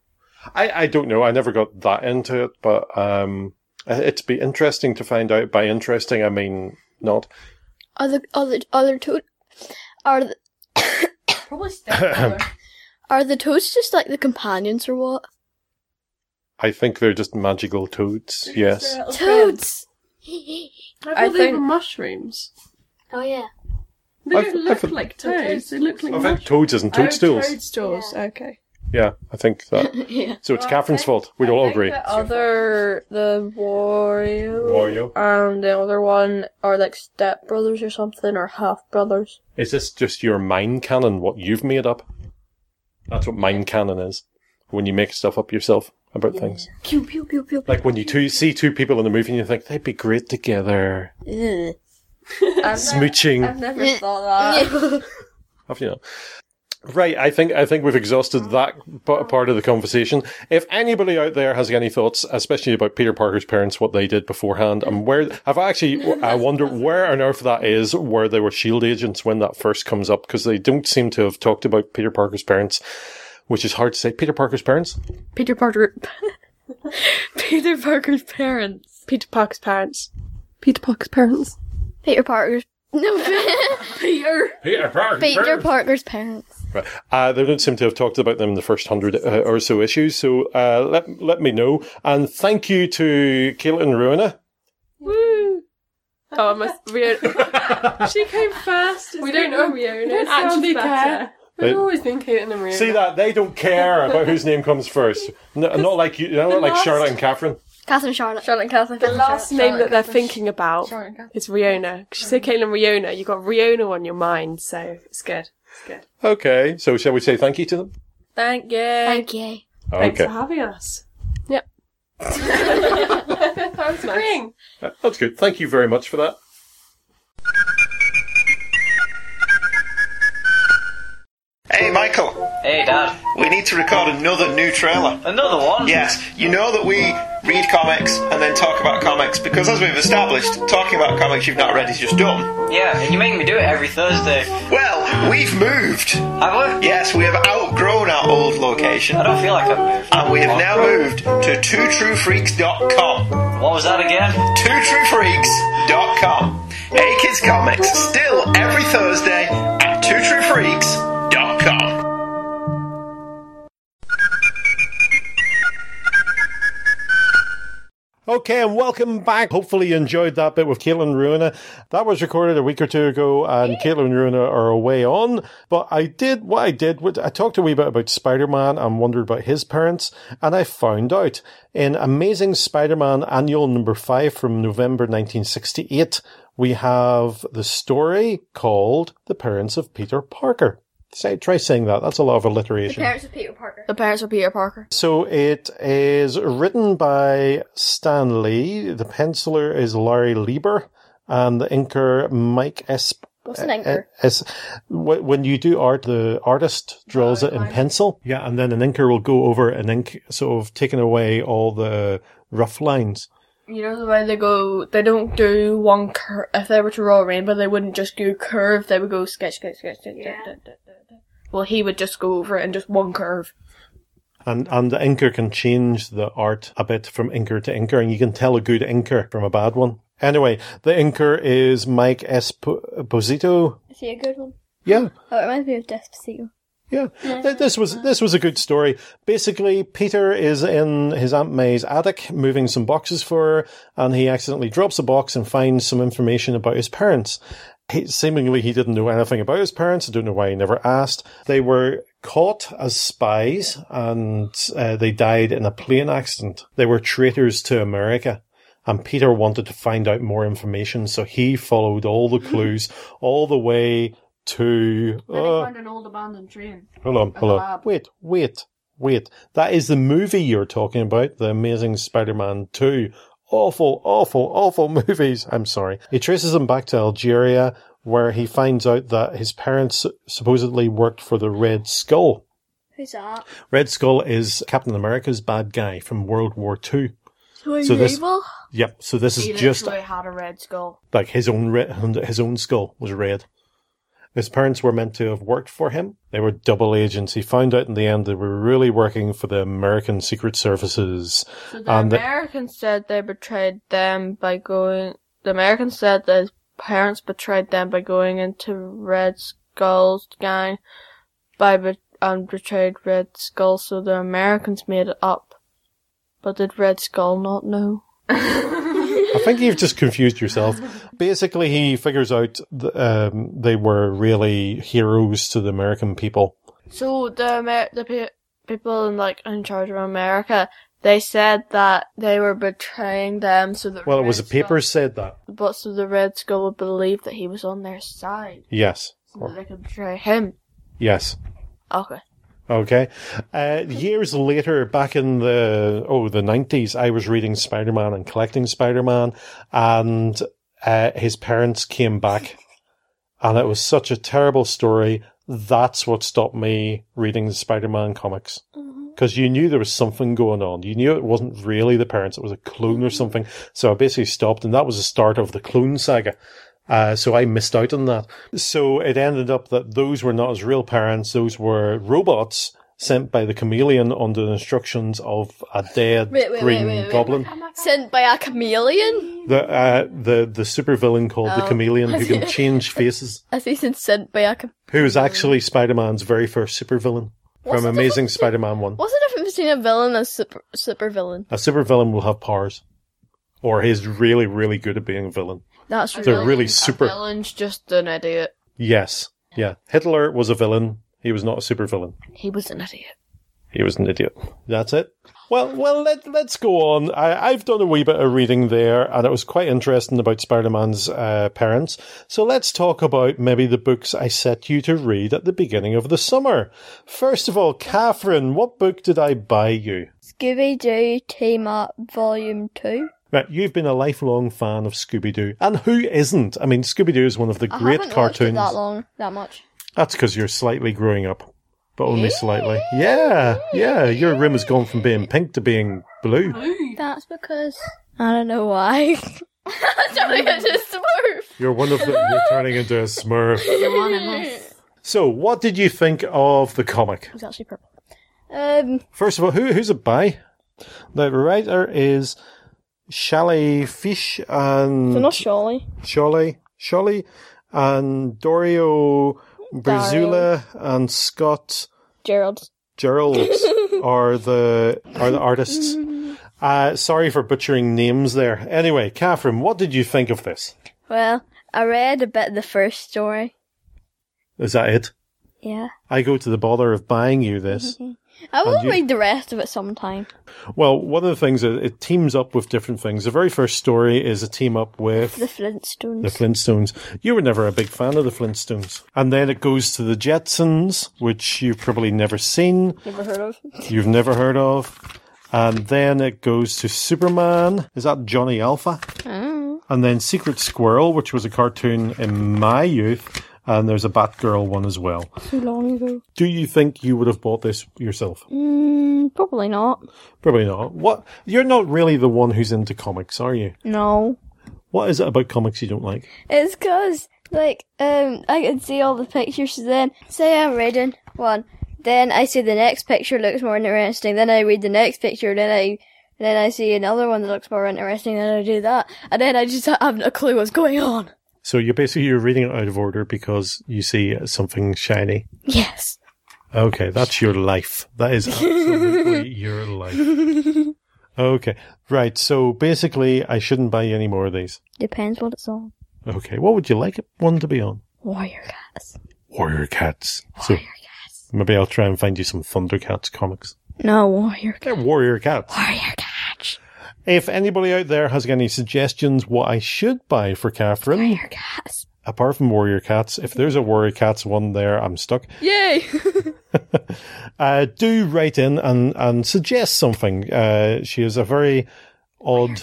Speaker 1: I, I don't know. I never got that into it, but um, it'd be interesting to find out. By interesting, I mean not.
Speaker 4: Are the are the are the to- are the,
Speaker 3: probably stepbrother.
Speaker 4: are the toads just like the companions or what?
Speaker 1: I think they're just magical toads. uh, Yes.
Speaker 4: Toads.
Speaker 2: I,
Speaker 3: I
Speaker 2: thought they were
Speaker 3: think-
Speaker 2: mushrooms.
Speaker 4: oh yeah.
Speaker 2: They
Speaker 1: I've-
Speaker 2: don't look
Speaker 1: I've-
Speaker 2: like toads. They look like
Speaker 10: Oh,
Speaker 1: I think toads isn't toadstools.
Speaker 2: Toadstools. Okay.
Speaker 1: Yeah, I think that.
Speaker 3: Yeah.
Speaker 1: So it's Catherine's fault. We'd all agree.
Speaker 3: The other, the Wario,
Speaker 1: Wario.
Speaker 3: and the other one are like step brothers or something, or half brothers.
Speaker 1: Is this just your mind canon, what you've made up? That's what mind canon is. When you make stuff up yourself about things.
Speaker 9: Pew, pew, pew, pew.
Speaker 1: Like when you two, see two people in a movie and you think they'd be great together.
Speaker 9: Ugh.
Speaker 1: Smooching.
Speaker 3: never thought that.
Speaker 1: Have you know? Right, I think I think we've exhausted that p- part of the conversation. If anybody out there has any thoughts, especially about Peter Parker's parents, what they did beforehand, and where I've actually I wonder where on earth that is, where they were Shield E agents when that first comes up, because they don't seem to have talked about Peter Parker's parents, which is hard to say. Peter Parker's parents,
Speaker 3: Peter Parker, Peter Parker's parents.
Speaker 2: Peter Parker's parents.
Speaker 10: Peter Parker's parents.
Speaker 4: Peter Parker's no Peter
Speaker 1: Peter Parker,
Speaker 4: Peter Parker's parents.
Speaker 1: Right. Uh, they don't seem to have talked about them in the first hundred uh, or so issues, so uh, let let me know. And thank you to Caitlin and Rowena.
Speaker 2: Woo!
Speaker 10: Oh, I must. We don't,
Speaker 2: She came first.
Speaker 10: we don't, know-
Speaker 2: We
Speaker 10: we don't actually care.
Speaker 1: They-
Speaker 10: We've always been Kate and Maria.
Speaker 1: See that they don't care about whose name comes first. No, not like you, not like
Speaker 2: last-
Speaker 1: Charlotte and Catherine.
Speaker 4: Catherine Charlotte.
Speaker 3: Charlotte Catherine.
Speaker 2: The last name that they're thinking about
Speaker 3: Charlotte Catherine.
Speaker 2: is Riona. 'Cause You said Caitlin Riona. You got Riona on your mind, so it's good. It's good.
Speaker 1: Okay, so shall we say thank you to them?
Speaker 2: Thank you.
Speaker 4: Thank you.
Speaker 2: Thanks
Speaker 1: Okay,
Speaker 2: for having us.
Speaker 10: Yep.
Speaker 2: that was nice.
Speaker 1: that's good. Thank you very much for that.
Speaker 11: Hey, Michael.
Speaker 12: Hey, Dad.
Speaker 11: We need to record another new trailer.
Speaker 12: Another one?
Speaker 11: Yes, you know that we read comics and then talk about comics because, as we've established, talking about comics you've not read is just dumb.
Speaker 12: Yeah, and you make me do it every Thursday.
Speaker 11: Well, we've moved.
Speaker 12: Have we?
Speaker 11: Yes, we have outgrown our old location.
Speaker 12: I don't feel like I've moved.
Speaker 11: And we have now moved to twotruefreaks.com.
Speaker 12: What was that again?
Speaker 11: Twotruefreaks.com. Hey Kids Comics, still every Thursday at twotruefreaks.com.
Speaker 1: Okay, and welcome back. Hopefully, you enjoyed that bit with Caitlin Runa. That was recorded a week or two ago, and Caitlin and Runa are away on. But I did what I did. was- I talked a wee bit about Spider Man and wondered about his parents, and I found out in Amazing Spider Man Annual Number Five from November 1968, we have the story called "The Parents of Peter Parker." Say, try saying that. That's a lot of
Speaker 4: The
Speaker 1: alliteration.
Speaker 4: parents of Peter Parker.
Speaker 3: The parents of Peter Parker.
Speaker 1: So it is written by Stan Lee. The penciler is Larry Lieber, and the inker Mike S.
Speaker 4: What's an anchor?
Speaker 1: S. wh- When you do art, the artist draws it in pencil. Yeah, and then an inker will go over and ink, sort of taking away all the rough lines.
Speaker 3: You know the way they go, they don't do one curve. If they were to roll a rainbow, they wouldn't just do curve, they would go sketch, sketch, sketch, sketch, sketch, sketch, sketch, sketch. Well, he would just go over it and just one curve.
Speaker 1: And and the inker can change the art a bit from inker to inker, and you can tell a good inker from a bad one. Anyway, the inker is Mike Esposito.
Speaker 4: Is he a good one?
Speaker 1: Yeah,
Speaker 4: Oh, it reminds me of Despacito.
Speaker 1: Yeah, Th- this was this was a good story. Basically, Peter is in his Aunt May's attic moving some boxes for her, and he accidentally drops a box and finds some information about his parents. He, seemingly, he didn't know anything about his parents. I don't know why he never asked. They were caught as spies, and uh, they died in a plane accident. They were traitors to America. And Peter wanted to find out more information, so he followed all the clues all the way to. uh,
Speaker 3: an old abandoned train.
Speaker 1: Hold on, hold on.
Speaker 3: lab.
Speaker 1: Uh, Wait, wait, wait. That is the movie you're talking about, The Amazing Spider-Man 2. Awful, awful, awful movies. I'm sorry. He traces him back to Algeria, where he finds out that his parents supposedly worked for the Red Skull.
Speaker 4: Who's that?
Speaker 1: Red Skull is Captain America's bad guy from World War Two.
Speaker 4: So he's
Speaker 1: So this-
Speaker 4: evil?
Speaker 1: Yep. So this is just
Speaker 3: had a red skull.
Speaker 1: like his own re- his own skull was red. His parents were meant to have worked for him. They were double agents. He found out in the end they were really working for the American Secret Services.
Speaker 3: So the
Speaker 1: And the-
Speaker 3: Americans said they betrayed them by going. The Americans said that his parents betrayed them by going into Red Skull's gang, by be- um betrayed Red Skull. So the Americans made it up, but did Red Skull not know?
Speaker 1: I think you've just confused yourself. Basically, he figures out th- um, they were really heroes to the American people.
Speaker 3: So the Amer- the pe- people in like in charge of America, they said that they were betraying them so that
Speaker 1: Well, it was the papers said that.
Speaker 3: but so the Red Skull would believe that he was on their side.
Speaker 1: Yes.
Speaker 3: So that they could betray him.
Speaker 1: Yes.
Speaker 3: Okay.
Speaker 1: Okay. Uh, years later, back in the oh the nineties, I was reading Spider Man and collecting Spider Man, and uh, his parents came back, and it was such a terrible story. That's what stopped me reading the Spider Man comics
Speaker 4: Mm-hmm.
Speaker 1: because you knew there was something going on. You knew it wasn't really the parents; it was a clone or something. So I basically stopped, and that was the start of the clone saga. Uh, so I missed out on that. So it ended up that those were not his real parents; those were robots sent by the chameleon under the instructions of a dead
Speaker 4: Wait, wait,
Speaker 1: green
Speaker 4: wait, wait, wait.
Speaker 1: goblin.
Speaker 4: Sent by a chameleon?
Speaker 1: The uh, the the supervillain called the
Speaker 4: Oh.
Speaker 1: chameleon who can change faces,
Speaker 4: I think it's sent by a chameleon.
Speaker 1: who is actually Spider Man's very first supervillain
Speaker 4: What's
Speaker 1: from
Speaker 4: the
Speaker 1: Amazing Spider Man One.
Speaker 4: What's the difference between a villain and a super, super villain?
Speaker 1: A supervillain will have powers, or he's really, really good at being a villain.
Speaker 3: That's
Speaker 1: They're really super.
Speaker 3: A villain's just an idiot.
Speaker 1: Yes, yeah. Hitler was a villain. He was not a supervillain.
Speaker 3: He was an idiot.
Speaker 1: He was an idiot. That's it. Well, well, let let's go on. I, I've done a wee bit of reading there, and it was quite interesting about Spider-Man's uh, parents. So let's talk about maybe the books I set you to read at the beginning of the summer. First of all, Catherine, what book did I buy you?
Speaker 4: Scooby Doo Team Up Volume 2.
Speaker 1: Right, you've been a lifelong fan of Scooby Doo, and who isn't? I mean, Scooby Doo is one of the
Speaker 4: I
Speaker 1: great
Speaker 4: haven't watched it
Speaker 1: cartoons.
Speaker 4: that long, that much.
Speaker 1: That's because you're slightly growing up, but only slightly. Yeah, yeah. Your room has gone from being pink to being blue.
Speaker 4: That's because I don't know why. Sorry, I just smurf.
Speaker 1: You're one of the. You're turning into a Smurf.
Speaker 4: it
Speaker 1: So, what did you think of the comic?
Speaker 4: was actually purple. Um,
Speaker 1: First of all, who who's it by? The writer is Shally Fish and
Speaker 4: so not Shawley.
Speaker 1: Sholly, Sholly, and Dario Brazula and Scott
Speaker 4: Gerald.
Speaker 1: Gerald are the are the artists. Uh, sorry for butchering names there. Anyway, Catherine, what did you think of this?
Speaker 4: Well, I read a bit of the first story.
Speaker 1: Is that it?
Speaker 4: Yeah.
Speaker 1: I go to the bother of buying you this.
Speaker 4: I will
Speaker 1: you-
Speaker 4: read the rest of it sometime.
Speaker 1: Well, one of the things that it teams up with different things. The very first story is a team up with
Speaker 4: The Flintstones.
Speaker 1: The Flintstones. You were never a big fan of the Flintstones. And then it goes to the Jetsons, which you've probably never seen,
Speaker 4: Never heard of.
Speaker 1: you've never heard of. And then it goes to Superman. Is that Johnny Alpha?
Speaker 4: Oh.
Speaker 1: And then Secret Squirrel, which was a cartoon in my youth. And there's a Batgirl one as well.
Speaker 4: Too long ago.
Speaker 1: Do you think you would have bought this yourself?
Speaker 4: Mm, probably not.
Speaker 1: Probably not. What? You're not really the one who's into comics, are you?
Speaker 4: No.
Speaker 1: What is it about comics you don't like?
Speaker 4: It's cause like um I can see all the pictures. so Then say I'm reading one, then I see the next picture looks more interesting. Then I read the next picture. Then I then I see another one that looks more interesting. Then I do that, and then I just have no clue what's going on.
Speaker 1: So you're basically you're reading it out of order because you see something shiny.
Speaker 4: Yes.
Speaker 1: Okay, that's your life. That is absolutely your life. Okay, right. So basically, I shouldn't buy you any more of these.
Speaker 4: Depends what it's on.
Speaker 1: Okay, what would you like one to be on?
Speaker 4: Warrior cats.
Speaker 1: Warrior Cats. Warrior Cats. Maybe I'll try and find you some Thundercats comics.
Speaker 4: No warrior.
Speaker 1: They're Warrior Cats.
Speaker 4: Warrior cats.
Speaker 1: If anybody out there has any suggestions what I should buy for Catherine,
Speaker 4: Warrior cats.
Speaker 1: apart from Warrior Cats, if there's a Warrior Cats one there, I'm stuck.
Speaker 4: Yay!
Speaker 1: Uh, do write in and, and suggest something. Uh, she is a very odd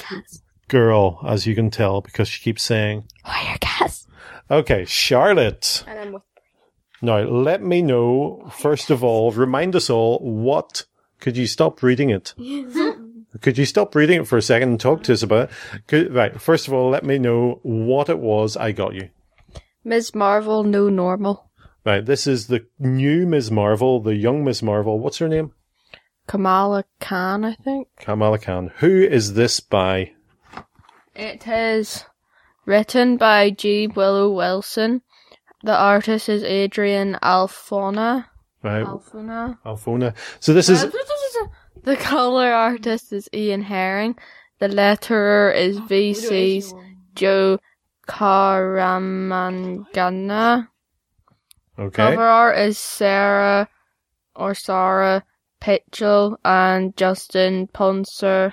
Speaker 1: girl, as you can tell, because she keeps saying,
Speaker 4: Warrior cats.
Speaker 1: okay, Charlotte.
Speaker 4: And I'm with.
Speaker 1: Now, let me know, first of all, remind us all, what could you stop reading it? Could you stop reading it for a second and talk to us about it? Could, right, first of all, let me know what it was I got you.
Speaker 3: Ms. Marvel, no normal.
Speaker 1: Right, this is the new Ms. Marvel, the young Ms. Marvel. What's her name?
Speaker 3: Kamala Khan, I think.
Speaker 1: Kamala Khan. Who is this by?
Speaker 3: It is written by G. Willow Wilson. The artist is Adrian Alfona.
Speaker 1: Right,
Speaker 3: Alfona.
Speaker 1: Alfona. So this is
Speaker 3: The color artist is Ian Herring. The letterer is VC's Joe Karamangana.
Speaker 1: okay.
Speaker 3: Cover art is Sarah or Sarah Pitchell and Justin Ponser,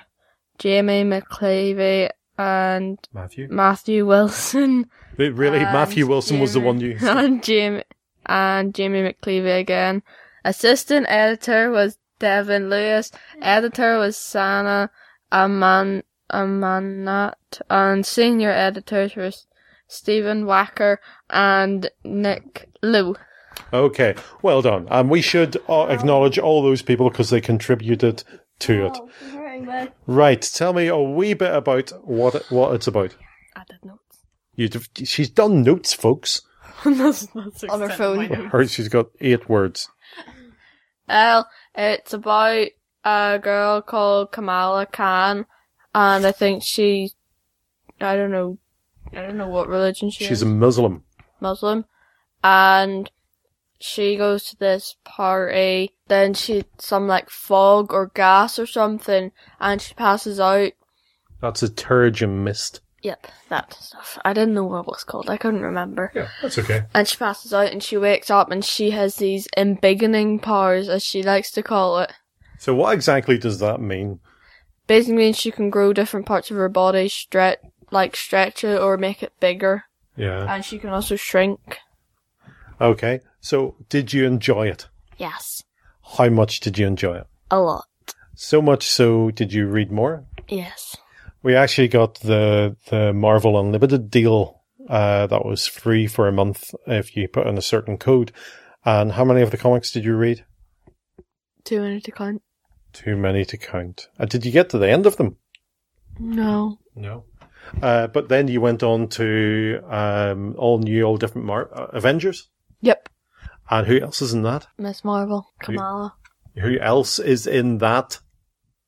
Speaker 3: Jamie McClavey and
Speaker 1: Matthew.
Speaker 3: Matthew Wilson.
Speaker 1: It really,
Speaker 3: and
Speaker 1: Matthew Wilson was the
Speaker 3: Jamie-
Speaker 1: one you.
Speaker 3: and Jamie and Jamie McClevey again. Assistant editor was Devin Lewis. Editor was Sana Aman Amanat, and senior editors were S- Stephen Wacker and Nick Liu.
Speaker 1: Okay, well done. And we should uh, acknowledge all those people because they contributed to it.
Speaker 4: Oh,
Speaker 1: Right, tell me a wee bit about what it, what it's about. I did notes. You, she's done notes, folks.
Speaker 3: on her phone.
Speaker 1: Her, she's got eight words.
Speaker 3: Well, it's about a girl called Kamala Khan, and I think she, I don't know, I don't know what religion she
Speaker 1: She's
Speaker 3: is.
Speaker 1: a Muslim.
Speaker 3: Muslim, and she goes to this party. Then she some like fog or gas or something, and she passes out.
Speaker 1: That's a turge and mist.
Speaker 3: Yep, that stuff. I didn't know what it was called. I couldn't remember.
Speaker 1: Yeah, that's okay.
Speaker 3: And she passes out, and she wakes up, and she has these embiggening powers, as she likes to call it.
Speaker 1: So, what exactly does that mean?
Speaker 3: Basically, means she can grow different parts of her body, stretch like stretch it or make it bigger,
Speaker 1: Yeah.
Speaker 3: and she can also shrink.
Speaker 1: Okay. So, did you enjoy it?
Speaker 3: Yes,
Speaker 1: How much did you enjoy it?
Speaker 3: a lot.
Speaker 1: So much so, did you read more?
Speaker 3: Yes.
Speaker 1: We actually got the the Marvel Unlimited deal uh, that was free for a month if you put in a certain code. And how many of the comics did you read?
Speaker 3: Too many to count.
Speaker 1: Too many to count. Uh, did you get to the end of them?
Speaker 3: No.
Speaker 1: No. Uh, but then you went on to um, all new, all different Mar- uh, Avengers.
Speaker 3: Yep.
Speaker 1: And who else is in that?
Speaker 3: Miss Marvel,
Speaker 1: Who-
Speaker 3: Kamala.
Speaker 1: Who else is in that?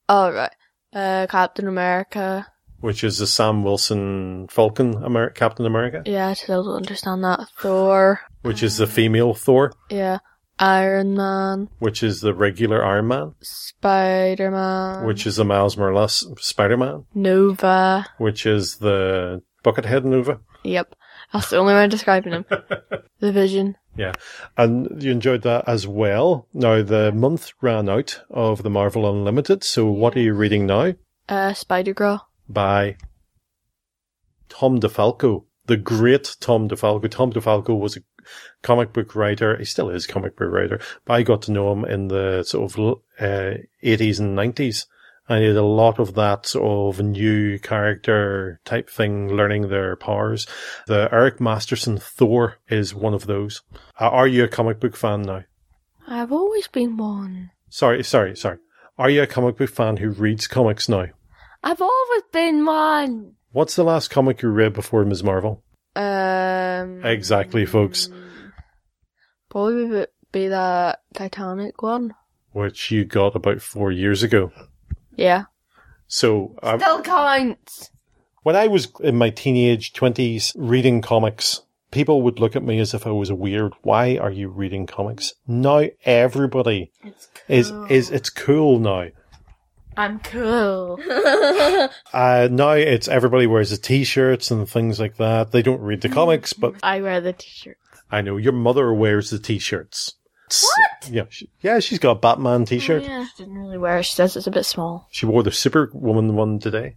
Speaker 3: All right. Uh, Captain America.
Speaker 1: Which is the Sam Wilson Falcon Amer- Captain America,
Speaker 3: Yeah, I still don't understand that. Thor.
Speaker 1: which is the female Thor,
Speaker 3: Yeah. Iron Man.
Speaker 1: which is the regular Iron Man,
Speaker 3: Spider Man.
Speaker 1: which is the Miles Morales Spider Man,
Speaker 3: Nova.
Speaker 1: which is the Buckethead Nova.
Speaker 3: Yep. That's the only way I'm describing him. the Vision.
Speaker 1: Yeah. And you enjoyed that as well. Now, the month ran out of the Marvel Unlimited, so what are you reading now?
Speaker 3: Uh, Spider Girl.
Speaker 1: by Tom DeFalco, the great Tom DeFalco. Tom DeFalco was a comic book writer. He still is a comic book writer, but I got to know him in the sort of uh, 80s and 90s. And he did a lot of that sort of new character type thing, learning their powers. The Eric Masterson Thor is one of those. Uh, are you a comic book fan now?
Speaker 3: I've always been one.
Speaker 1: Sorry, sorry, sorry. Are you a comic book fan who reads comics now?
Speaker 3: I've always been one.
Speaker 1: What's the last comic you read before Ms. Marvel?
Speaker 3: Um,
Speaker 1: Exactly, folks.
Speaker 3: probably would be that Titanic one.
Speaker 1: Which you got about four years ago.
Speaker 3: Yeah.
Speaker 1: So um,
Speaker 3: Still counts.
Speaker 1: when I was in my teenage twenties reading comics, people would look at me as if I was weird. Why are you reading comics? Now everybody is is it's cool now.
Speaker 3: I'm cool.
Speaker 1: Uh, now it's everybody wears the t-shirts and things like that. They don't read the comics, but
Speaker 3: I wear the t-shirt.
Speaker 1: I know your mother wears the t-shirts. What? Oh, Yeah, she, yeah, she's got a Batman t-shirt.
Speaker 3: Yeah, she didn't really wear it. She says it's a bit small.
Speaker 1: She wore the Superwoman one today.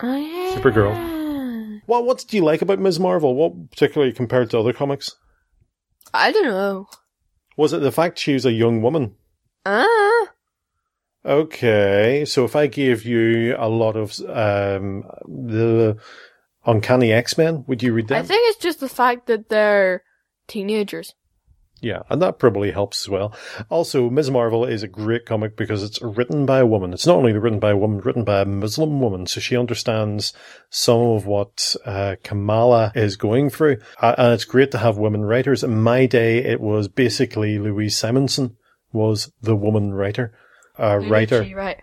Speaker 3: Oh yeah.
Speaker 1: Supergirl. Well, what do you like about Ms. Marvel? What particularly compared to other comics?
Speaker 3: I don't know.
Speaker 1: Was it the fact she was a young woman?
Speaker 3: Ah.
Speaker 1: Okay, so if I gave you a lot of um, the Uncanny X Men, would you read
Speaker 3: I
Speaker 1: that?
Speaker 3: think it's just the fact that they're teenagers.
Speaker 1: yeah, and that probably helps as well. Also, Ms. Marvel is a great comic because it's written by a woman. It's not only written by a woman, written by a Muslim woman, so she understands some of what uh, Kamala is going through. Uh, and it's great to have women writers. In my day, it was basically Louise Simonson was the woman writer. Uh,
Speaker 3: Who did
Speaker 1: writer.
Speaker 3: she write?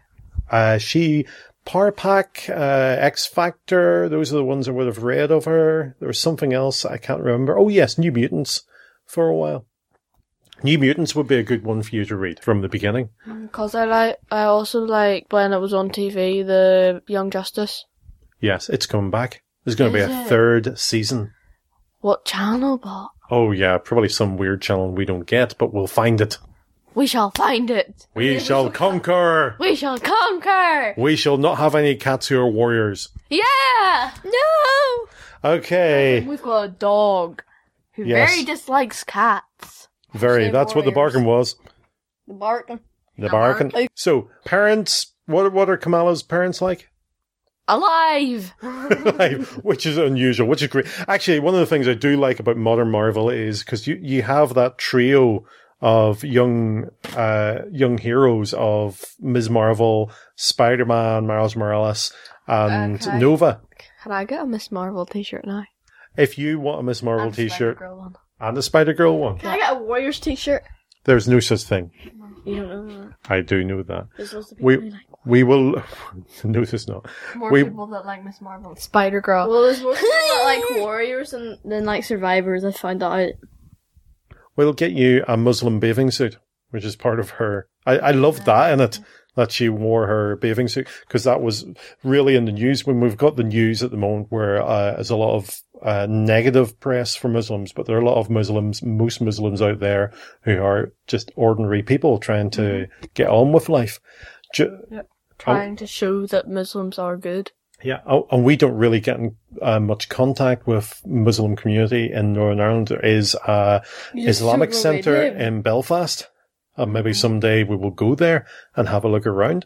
Speaker 1: Uh, she, Power Pack, uh, X Factor, those are the ones I would have read of her. There was something else I can't remember. Oh, yes, New Mutants for a while. New Mutants would be a good one for you to read from the beginning.
Speaker 3: Because I like, I also like when it was on TV, the Young Justice.
Speaker 1: Yes, it's coming back. There's going to be
Speaker 3: Is
Speaker 1: a
Speaker 3: it?
Speaker 1: third season.
Speaker 3: What channel, but
Speaker 1: Oh, yeah, probably some weird channel we don't get, but we'll find it.
Speaker 3: We shall find it.
Speaker 1: We shall conquer.
Speaker 3: We shall conquer.
Speaker 1: We shall not have any cats who are warriors.
Speaker 3: Yeah. No.
Speaker 1: Okay.
Speaker 3: We've got a dog who
Speaker 1: Yes.
Speaker 3: very dislikes cats.
Speaker 1: Very. That's what the bargain was.
Speaker 4: The barking.
Speaker 1: The
Speaker 3: Uh-huh.
Speaker 1: bargain. So, parents, what, what are Kamala's parents like?
Speaker 3: Alive.
Speaker 1: Live, which is unusual, which is great. Actually, one of the things I do like about modern Marvel is because you, you have that trio of young uh, young heroes of Ms. Marvel, Spider Man, Miles Morales, and
Speaker 3: Okay.
Speaker 1: Nova.
Speaker 3: Can I get a Miss Marvel T-shirt now?
Speaker 1: If you want a Ms. Marvel
Speaker 3: And
Speaker 1: t shirt
Speaker 3: Spider-Girl one.
Speaker 1: and a Spider Girl one,
Speaker 4: Can I get a Warriors t-shirt?
Speaker 1: there's no such thing.
Speaker 4: You don't know that.
Speaker 1: I do know that.
Speaker 4: There's loads of people
Speaker 1: We we will no, there's not.
Speaker 3: More
Speaker 1: we
Speaker 3: people that like Miss Marvel. Spider Girl.
Speaker 4: Well, there's more people that like warriors and then like survivors. I found that
Speaker 1: Oh.
Speaker 4: out.
Speaker 1: We'll get you a Muslim bathing suit, which is part of her. I, I love that in it that she wore her bathing suit because that was really in the news when we've got the news at the moment where uh, there's a lot of uh, negative press for Muslims, but there are a lot of Muslims, most Muslims out there who are just ordinary people trying to get on with life. Ju- oh,
Speaker 3: Trying to show that Muslims are good.
Speaker 1: yeah, oh, and we don't really get in, uh, much contact with Muslim community in Northern Ireland. There is a
Speaker 13: You just
Speaker 1: Islamic
Speaker 13: don't know where they
Speaker 1: centre
Speaker 13: live. Mm.
Speaker 1: in Belfast, and maybe someday we will go there and have a look around.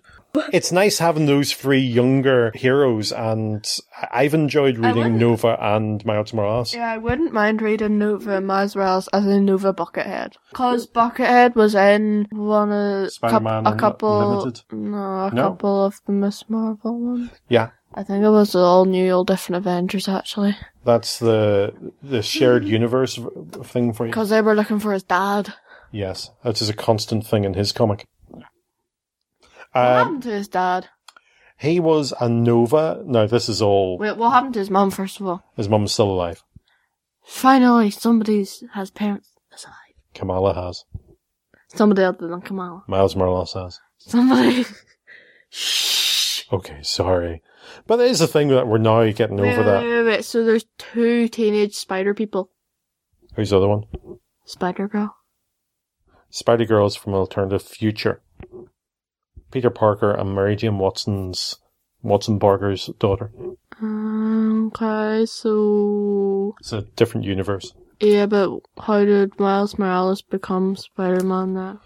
Speaker 1: It's nice having those three younger heroes, and I- I've enjoyed reading Nova and Miles Morales.
Speaker 3: Yeah, I wouldn't mind reading Nova Miles Morales as a Nova Buckethead. Because Buckethead was in one of
Speaker 1: Spider-Man
Speaker 3: a couple,
Speaker 1: Unlimited?
Speaker 3: no, a
Speaker 1: No.
Speaker 3: couple of the Miss Marvel ones.
Speaker 1: Yeah,
Speaker 3: I think it was all new, all different Avengers actually,
Speaker 1: that's the the
Speaker 13: Mm-hmm.
Speaker 1: shared universe v- thing for you.
Speaker 3: because they were looking for his dad.
Speaker 1: Yes, that is a constant thing in his comic.
Speaker 3: What
Speaker 1: Um,
Speaker 3: happened to his dad?
Speaker 1: he was a Nova. Now this is all
Speaker 3: Wait, what happened to his mum first of all?
Speaker 1: His mum's still alive.
Speaker 3: Finally, somebody's has parents.
Speaker 1: Kamala has.
Speaker 3: Somebody other than Kamala.
Speaker 1: Miles Morales has.
Speaker 3: Somebody.
Speaker 1: Okay, sorry. But it is a thing that we're now getting
Speaker 3: wait,
Speaker 1: over
Speaker 3: wait,
Speaker 1: that.
Speaker 3: wait, wait, wait. So there's two teenage spider people.
Speaker 1: Who's the other one?
Speaker 3: Spider Girl.
Speaker 1: Spider Girls from Alternative Future. Peter Parker and Mary Jane Watson's Watson Parker's daughter.
Speaker 3: Um, okay, so
Speaker 1: It's a different universe.
Speaker 3: yeah, but how did Miles Morales become Spider-Man now?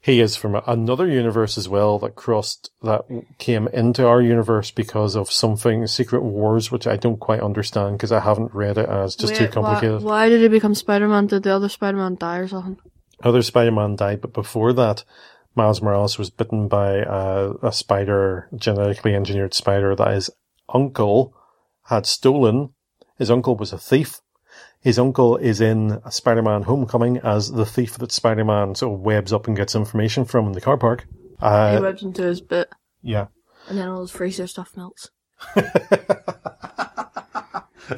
Speaker 1: He is from another universe as well that crossed that came into our universe because of something Secret Wars, which I don't quite understand because I haven't read it and it's just too
Speaker 3: Wait, why-
Speaker 1: complicated.
Speaker 3: Why, did he become Spider-Man? Did the other Spider-Man die or something?
Speaker 1: other Spider-Man died, but before that, Miles Morales was bitten by uh, a spider, genetically engineered spider that his uncle had stolen. His uncle was a thief. His uncle is in Spider-Man Homecoming as the thief that Spider-Man sort of webs up and gets information from in the car park.
Speaker 3: he
Speaker 1: Uh,
Speaker 3: webs into his bit,
Speaker 1: yeah.
Speaker 3: and then all his freezer stuff melts.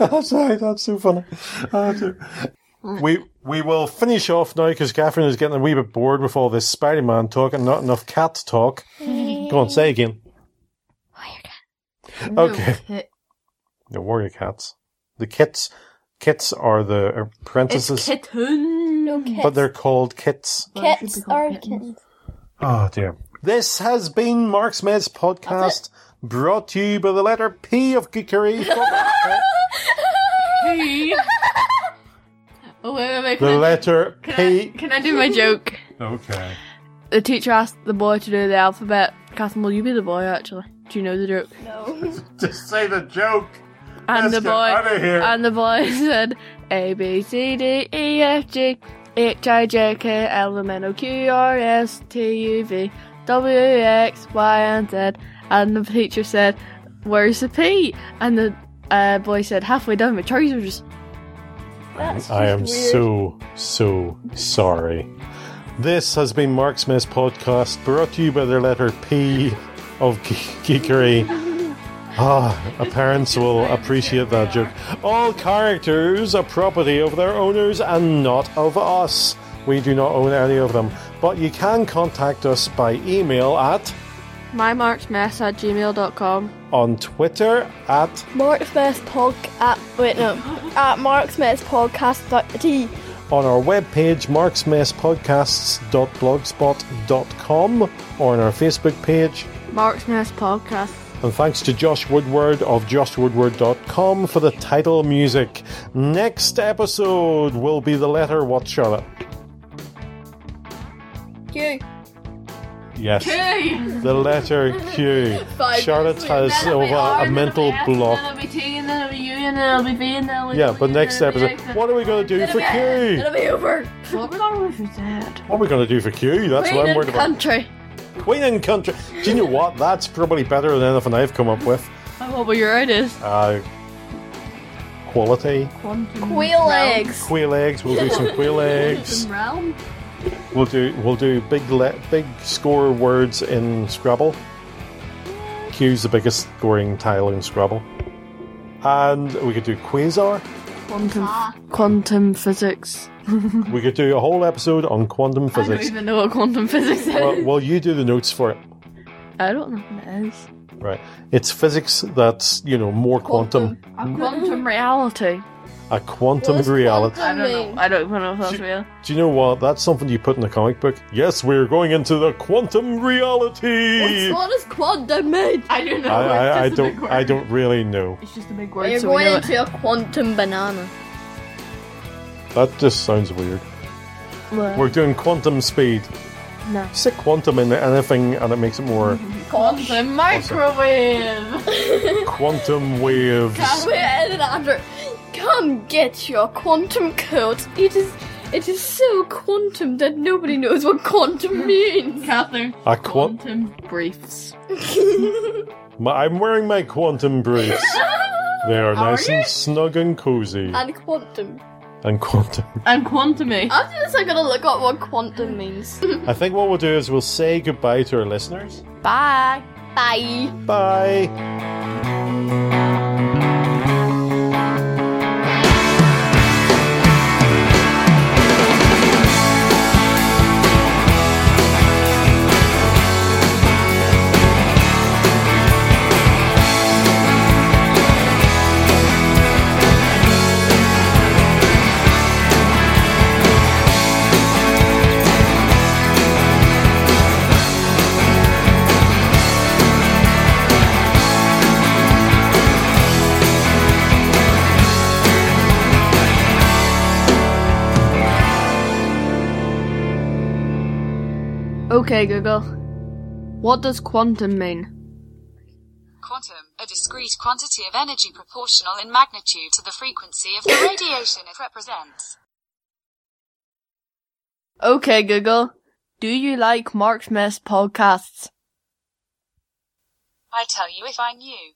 Speaker 1: I'm sorry, that's so funny. Oh, dear. we we will finish off now because Catherine is getting a wee bit bored with all this Spider-Man talk and not enough cat talk. Go on, say again. Okay. The warrior cats. The kits. Kits are the are apprentices,
Speaker 3: kitten.
Speaker 4: No
Speaker 1: but they're called kits.
Speaker 4: Kits are kittens.
Speaker 1: Oh dear. This has been Mark Smith's podcast, brought to you by the letter P of geekery.
Speaker 3: Hey. oh wait, wait, wait.
Speaker 1: the
Speaker 3: Can, I,
Speaker 1: letter P.
Speaker 3: can I do my joke?
Speaker 1: Okay.
Speaker 3: The teacher asked the boy to do the alphabet. Catherine, will you be the boy actually? Do you know the joke?
Speaker 4: No.
Speaker 1: Just say the joke.
Speaker 3: And
Speaker 13: Let's
Speaker 3: the
Speaker 13: get
Speaker 3: boy
Speaker 13: outta here.
Speaker 3: and the boy said A B C D E F G H I J K L M N O Q R S T U V W X Y and Z and the teacher said, Where's the P? And the uh, boy said, Halfway down my trousers.
Speaker 1: I am so, so sorry. This has been Mark Smith's podcast, brought to you by the letter P of ge- geekery. Ah, our parents will appreciate that joke. All characters are property of their owners and not of us. We do not own any of them. But you can contact us by email at,
Speaker 3: Mymarksmess at gmail.com.
Speaker 1: on Twitter at,
Speaker 4: Mark Smith's pod at wait no at Mark Smith's podcast dot t
Speaker 1: on our webpage, marksmesspodcasts.blogspot.com, or on our Facebook page.
Speaker 3: Mark's Nest Podcast.
Speaker 1: And thanks to Josh Woodward of joshwoodward.com for the title music. Next episode will be the letter What, Charlotte?
Speaker 4: Q.
Speaker 1: Yes.
Speaker 3: Q.
Speaker 1: The letter Q.
Speaker 3: Five
Speaker 1: Charlotte
Speaker 3: minutes
Speaker 1: has
Speaker 3: later,
Speaker 1: over
Speaker 3: then it'll be R,
Speaker 1: a
Speaker 3: then it'll
Speaker 1: mental
Speaker 3: be S, and
Speaker 1: block.
Speaker 3: Then it'll be T, and then it'll be U, and then it'll be V, and then it'll be
Speaker 1: Yeah, but next episode, what are we going to do for Q?
Speaker 3: It'll be over. What we're going to do for that?
Speaker 1: What are we going to do for Q? That's what I'm worried about.
Speaker 3: country.
Speaker 1: Queen and country. Do you know what? That's probably better than anything I've come up with.
Speaker 3: Oh, well, but your ideas.
Speaker 1: Uh, quality.
Speaker 4: Quail eggs.
Speaker 1: Quail eggs. We'll do some quail eggs.
Speaker 3: Realm.
Speaker 1: We'll do we'll do big le- big score words in Scrabble. Q's the biggest scoring tile in Scrabble, and we could do Quasar.
Speaker 3: Quantum. Quantum physics. I
Speaker 1: We could do a whole episode on quantum
Speaker 3: don't
Speaker 1: physics.
Speaker 3: even know what quantum physics is.
Speaker 1: Well, well, you do the notes for it,
Speaker 3: I don't know what it is.
Speaker 1: right? It's physics that's you know more quantum,
Speaker 3: A quantum reality.
Speaker 1: a quantum reality.
Speaker 3: I don't know. I don't even know if that's real.
Speaker 1: Do you know what? That's something you put in a comic book. Yes, we're going into the quantum reality.
Speaker 4: What does quantum mean?
Speaker 3: I don't
Speaker 1: I, I, I don't I don't really know.
Speaker 3: It's just a big
Speaker 4: You're
Speaker 3: word. So
Speaker 4: going
Speaker 3: we know it.
Speaker 4: into a quantum banana.
Speaker 1: That just sounds weird. We're doing quantum speed.
Speaker 3: No.
Speaker 1: Stick quantum in anything and it makes it more
Speaker 3: Quantum microwave.
Speaker 1: quantum waves.
Speaker 4: Can we edit after? Come get your quantum coat. It is, it is so quantum that nobody knows what quantum means.
Speaker 3: Catherine.
Speaker 1: A quan-
Speaker 3: Quantum briefs.
Speaker 1: my, I'm wearing my quantum briefs. They are Uh,
Speaker 3: Are
Speaker 1: nice and snug and cozy.
Speaker 4: and quantum.
Speaker 1: And quantum.
Speaker 3: And quantumy.
Speaker 4: After this, I'm gonna look up what quantum means.
Speaker 1: I think what we'll do is we'll say goodbye to our listeners.
Speaker 4: Bye. Bye.
Speaker 1: Bye.
Speaker 3: Okay, Google. What does quantum mean?
Speaker 13: Quantum, a discrete quantity of energy proportional in magnitude to the frequency of the radiation it represents.
Speaker 3: Okay, Google. Do you like Mark's Mess podcasts?
Speaker 13: I tell you if I knew.